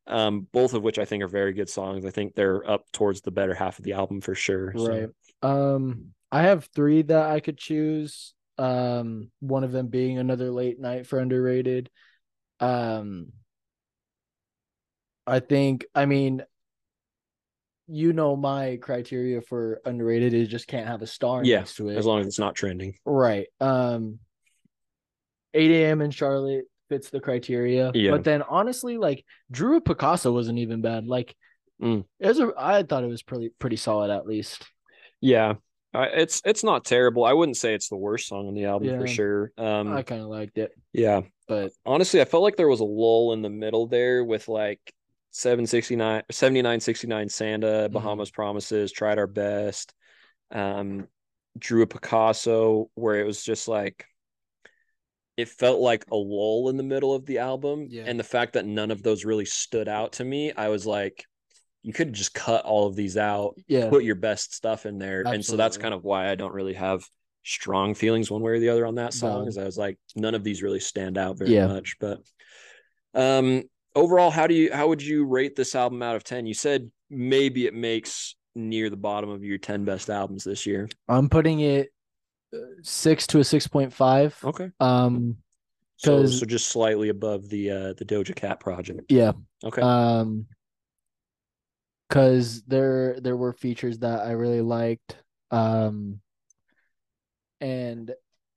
Um, both of which I think are very good songs. I think they're up towards the better half of the album for sure. so. Right. Um, I have three that I could choose. Um, one of them being another late night for underrated. Um, I think. I mean, you know, my criteria for underrated is just can't have a star Yeah, next to it. as long as it's not trending. Right. Um 8 a.m. in Charlotte fits the criteria. Yeah. But then honestly, like Drew Picasso wasn't even bad. Like Mm. it was a I thought it was pretty pretty solid at least. Yeah, I, it's it's not terrible. I wouldn't say it's the worst song on the album for Yeah. sure. Um, I kind of liked it. yeah, But honestly, I felt like there was a lull in the middle there with like 769, 7969 Mm-hmm. Santa, Bahamas Promises, Tried Our Best, um, Drew a Picasso, where it was just like it felt like a lull in the middle of the album. Yeah. And the fact that none of those really stood out to me, I was like, you could just cut all of these out yeah, put your best stuff in there. And so that's Absolutely. kind of why I don't really have strong feelings one way or the other on that song Valid. is I was like, none of these really stand out very Yeah. much. But um overall, how do you how would you rate this album out of 10? You said maybe it makes near the bottom of your 10 best albums this year. I'm putting it uh, 6 to a 6.5. Okay. Um So 'Cause- so just slightly above the uh the Doja Cat project. yeah. Okay. Um cuz there there were features that I really liked um and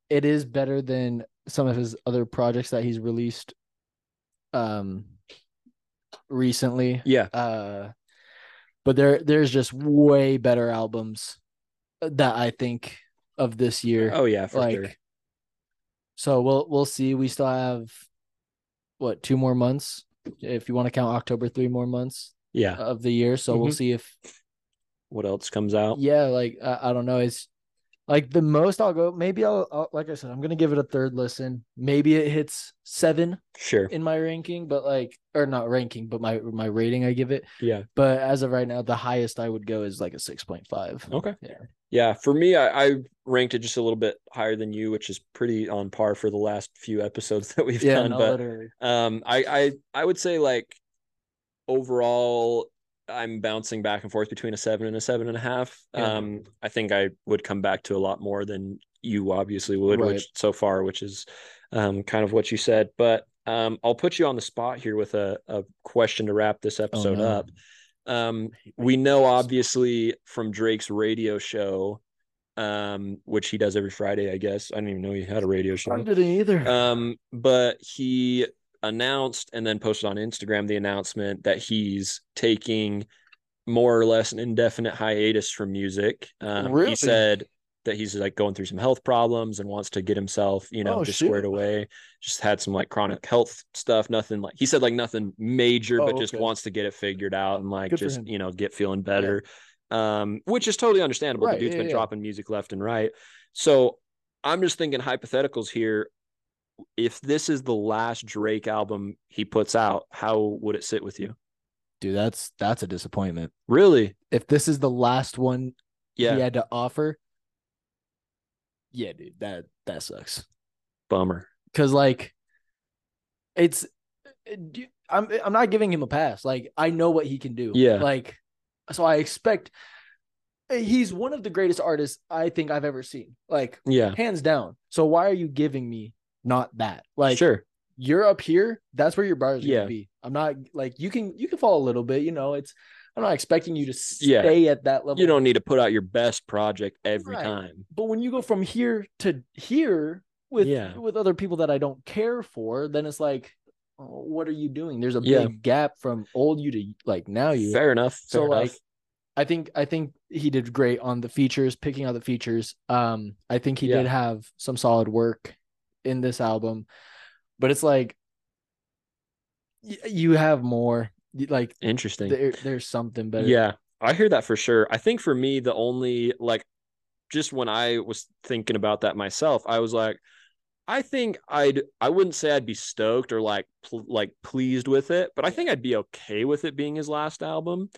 it is better than some of his other projects that he's released um recently. yeah. Uh but there there's just way better albums uh, that I think of this year. Oh yeah, for like sure. so we'll we'll see. We still have what, two more months? If you want to count October, three more months Yeah. of the year. So we'll Mhm. see if what else comes out? yeah, like I, I don't know. It's like the most I'll go. Maybe I'll, I'll like I said, I'm gonna give it a third listen. Maybe it hits seven Sure. in my ranking, but like or not ranking, but my my rating I give it. Yeah. But as of right now, the highest I would go is like a six point five. Okay. Yeah. Yeah, for me, I, I ranked it just a little bit higher than you, which is pretty on par for the last few episodes that we've Yeah, done. no, but literally. um, I, I I would say like overall, I'm bouncing back and forth between a seven and a seven and a half. Yeah. Um, I think I would come back to a lot more than you obviously would, Right. which so far, which is um, kind of what you said. But um, I'll put you on the spot here with a, a question to wrap this episode Oh, no. up. Um, we know obviously from Drake's radio show, um, which he does every Friday, I guess. I didn't even know he had a radio show I didn't either. um but he announced and then posted on instagram the announcement that he's taking more or less an indefinite hiatus from music um, Really? he said that he's like going through some health problems and wants to get himself you know Oh, just shoot. squared away just had some like chronic health stuff nothing like he said like nothing major Oh, but just okay. wants to get it figured out and like Good for just him. you know get feeling better um which is totally understandable Right, the dude's yeah, been yeah. dropping music left and right so i'm just thinking hypotheticals here if this is the last Drake album he puts out, how would it sit with you? Dude, that's that's a disappointment. Really? If this is the last one Yeah. he had to offer, yeah, dude, that that sucks. Bummer. Cause like, it's I'm I'm not giving him a pass. Like I know what he can do. Yeah. Like, so I expect eh, he's one of the greatest artists I think I've ever seen. Like Yeah. hands down. So why are you giving me not that? Like sure. you're up here, that's where your bar is Yeah. gonna be. I'm not like you can you can fall a little bit, you know. It's I'm not expecting you to Yeah. stay at that level. You don't need to put out your best project every Right. time. but when you go from here to here with Yeah. with other people that I don't care for, then it's like, oh, what are you doing? There's a Yeah. big gap from old you to like now you. Fair enough. So, Fair enough. like, I think I think he did great on the features, picking out the features. Um, I think he Yeah. did have some solid work in this album, but it's like y- you have more. You- Like Interesting. there, there's something better. Yeah, I hear that for sure. I think for me, the only like just when I was thinking about that myself, I was like, I think I'd I wouldn't say I'd be stoked or like pl- like pleased with it, but I think I'd be okay with it being his last album.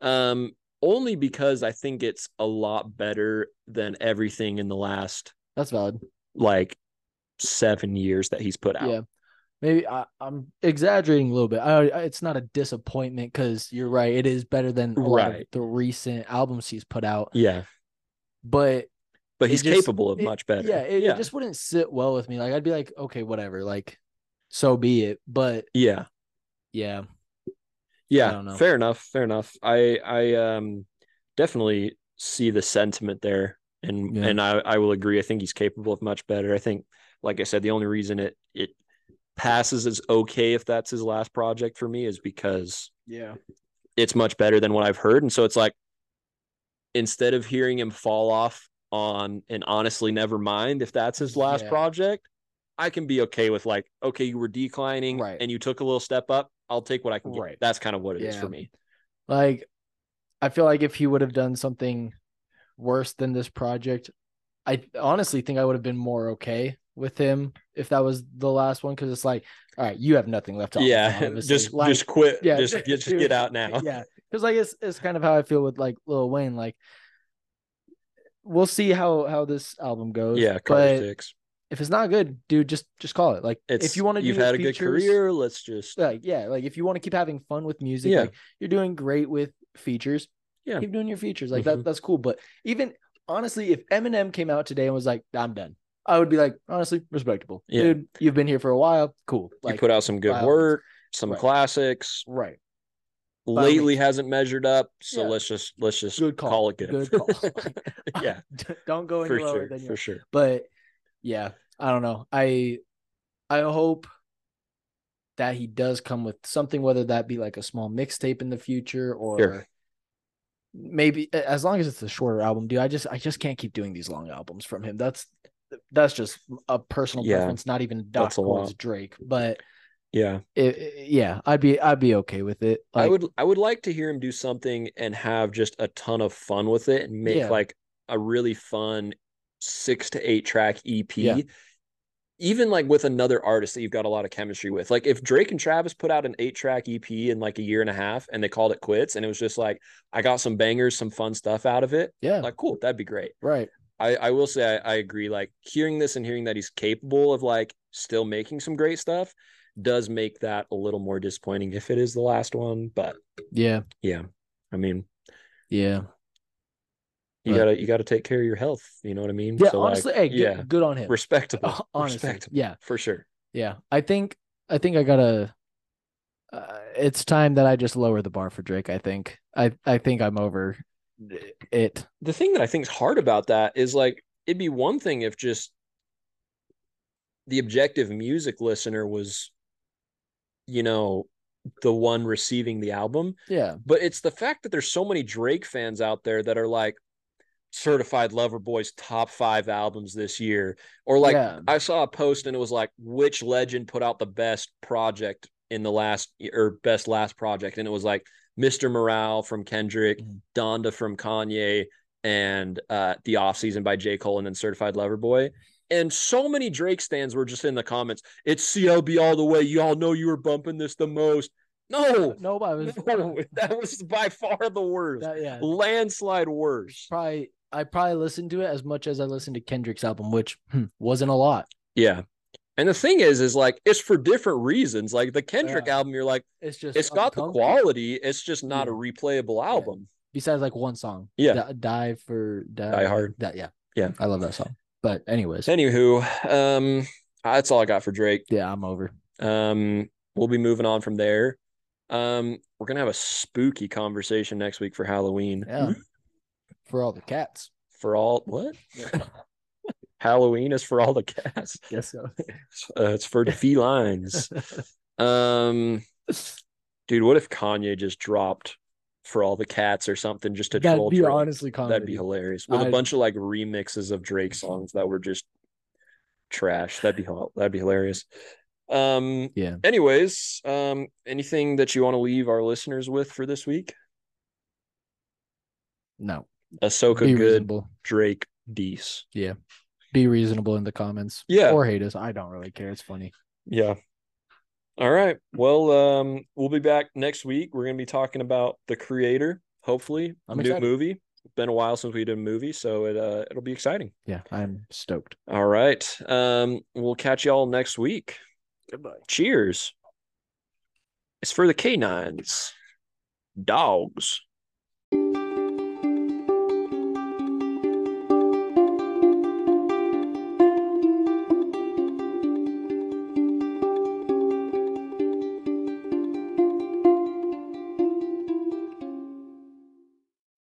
Um only because I think it's a lot better than everything in the last that's valid. like 7 years that he's put out. Yeah. Maybe I, I'm exaggerating a little bit. I, I- it's not a disappointment because you're right. It is better than a lot of Right. the recent albums he's put out. Yeah, But but It he's just- capable of it- much better. yeah, it, yeah. it just wouldn't sit well with me. Like I'd be like, okay, whatever. Like, so be it. But yeah. yeah, Yeah, don't know. fair enough, fair enough. I I um definitely see the sentiment there and Yeah. and I I will agree. I think he's capable of much better. I think like I said the only reason it it passes as okay if that's his last project for me is because Yeah. it's much better than what I've heard and so it's like instead of hearing him fall off on and honestly never mind if that's his last Yeah. project, I can be okay with like okay you were declining Right. and you took a little step up. I'll take what I can get. Right. That's kind of what it is Yeah. for me. like I feel like if he would have done something worse than this project, I honestly think I would have been more okay with him if that was the last one. Because it's like, all right, you have nothing left. to offer, yeah obviously. just Like, just quit yeah, just get, just get out now yeah because like it's, it's kind of how i feel with like lil wayne like we'll see how how this album goes yeah car but six if it's not good dude just just call it like it's if you want to you've do had features, uh, a good career let's just like yeah like if you want to keep having fun with music Yeah. like you're doing great with features Yeah. keep doing your features like Mhm. that that's cool but even honestly if eminem came out today and was like i'm done i would be like honestly respectable Yeah. dude you've been here for a while cool like you put out some good violence. work some Right. classics right all lately hasn't measured up so Yeah. let's just let's just Good call. it good, Good call. yeah don't go any for lower sure than you for sure but yeah i don't know i i hope that he does come with something whether that be like a small mixtape in the future or Sure. maybe a- as long as it's a shorter album dude i just i just can't keep doing these long albums from him that's that's just a personal Yeah. preference not even doc That's a Gold's lot. drake but yeah it, it- yeah i'd be i'd be okay with it I Like, would I would like to hear him do something and have just a ton of fun with it and make Yeah. like a really fun six to eight track EP. Yeah. Even like with another artist that you've got a lot of chemistry with. Like if Drake and Travis put out an eight track EP in like a year and a half and they called it quits and it was just like I got some bangers, some fun stuff out of it. yeah Like cool, that'd be great. right I, I will say I, I agree. Like hearing this and hearing that he's capable of like still making some great stuff does make that a little more disappointing if it is the last one. But yeah yeah. I mean, yeah you Right. gotta you gotta take care of your health. You know what I mean? yeah So, like, honestly hey, good, yeah, good on him respectable, honestly respectable yeah for sure. Yeah, I think I think I gotta. Uh, it's time that I just lower the bar for Drake. I think I I think I'm over it. The thing that I think is hard about that is like it'd be one thing if just the objective music listener was, you know, the one receiving the album, Yeah, but it's the fact that there's so many Drake fans out there that are like certified lover boys top five albums this year or like yeah, I saw a post and it was like, which legend put out the best project in the last or best last project? And it was like Mr. Morale from Kendrick, Mhm. Donda from Kanye, and uh, The Offseason by J. Cole, and then Certified Lover Boy. And so many Drake stands were just in the comments. It's CLB all the way. Y'all know you were bumping this the most. No, no, I was no, that was by far the worst. that- yeah. Landslide worse. Probably I probably listened to it as much as I listened to Kendrick's album, which hmm, wasn't a lot. Yeah. And the thing is, is like it's for different reasons. Like the Kendrick Yeah. album, you're like, It's just it's got the uncomfortable. quality. It's just not Yeah. a replayable album. Besides like one song. Yeah. Di- Die for die, Die Hard. That yeah. Yeah. I love that song. But anyways, Anywho, um, that's all I got for Drake. yeah, I'm over. Um, we'll be moving on from there. Um, we're gonna have a spooky conversation next week for Halloween. Yeah. For all the cats. For all what? Halloween is for all the cats. Guess so. Uh, it's for the felines. um, dude, what if Kanye just dropped for all the cats or something just to That'd troll be Drake? honestly comedy. That'd be hilarious with a I- bunch of like remixes of Drake songs that were just trash. That'd be hil- that'd be hilarious. Um, Yeah. Anyways, um, anything that you want to leave our listeners with for this week? No. Ahsoka be good, reasonable. Drake Dees. Be reasonable in the comments. Yeah. Or hate us. I don't really care. It's funny. Yeah. All right. Well, um, we'll be back next week. We're gonna be talking about the creator. Hopefully, I'm new excited. movie. Been a while since we did a movie, so it uh, it'll be exciting. Yeah. I'm stoked. All right. Um, we'll catch y'all next week. Goodbye. Cheers. It's for the canines, dogs.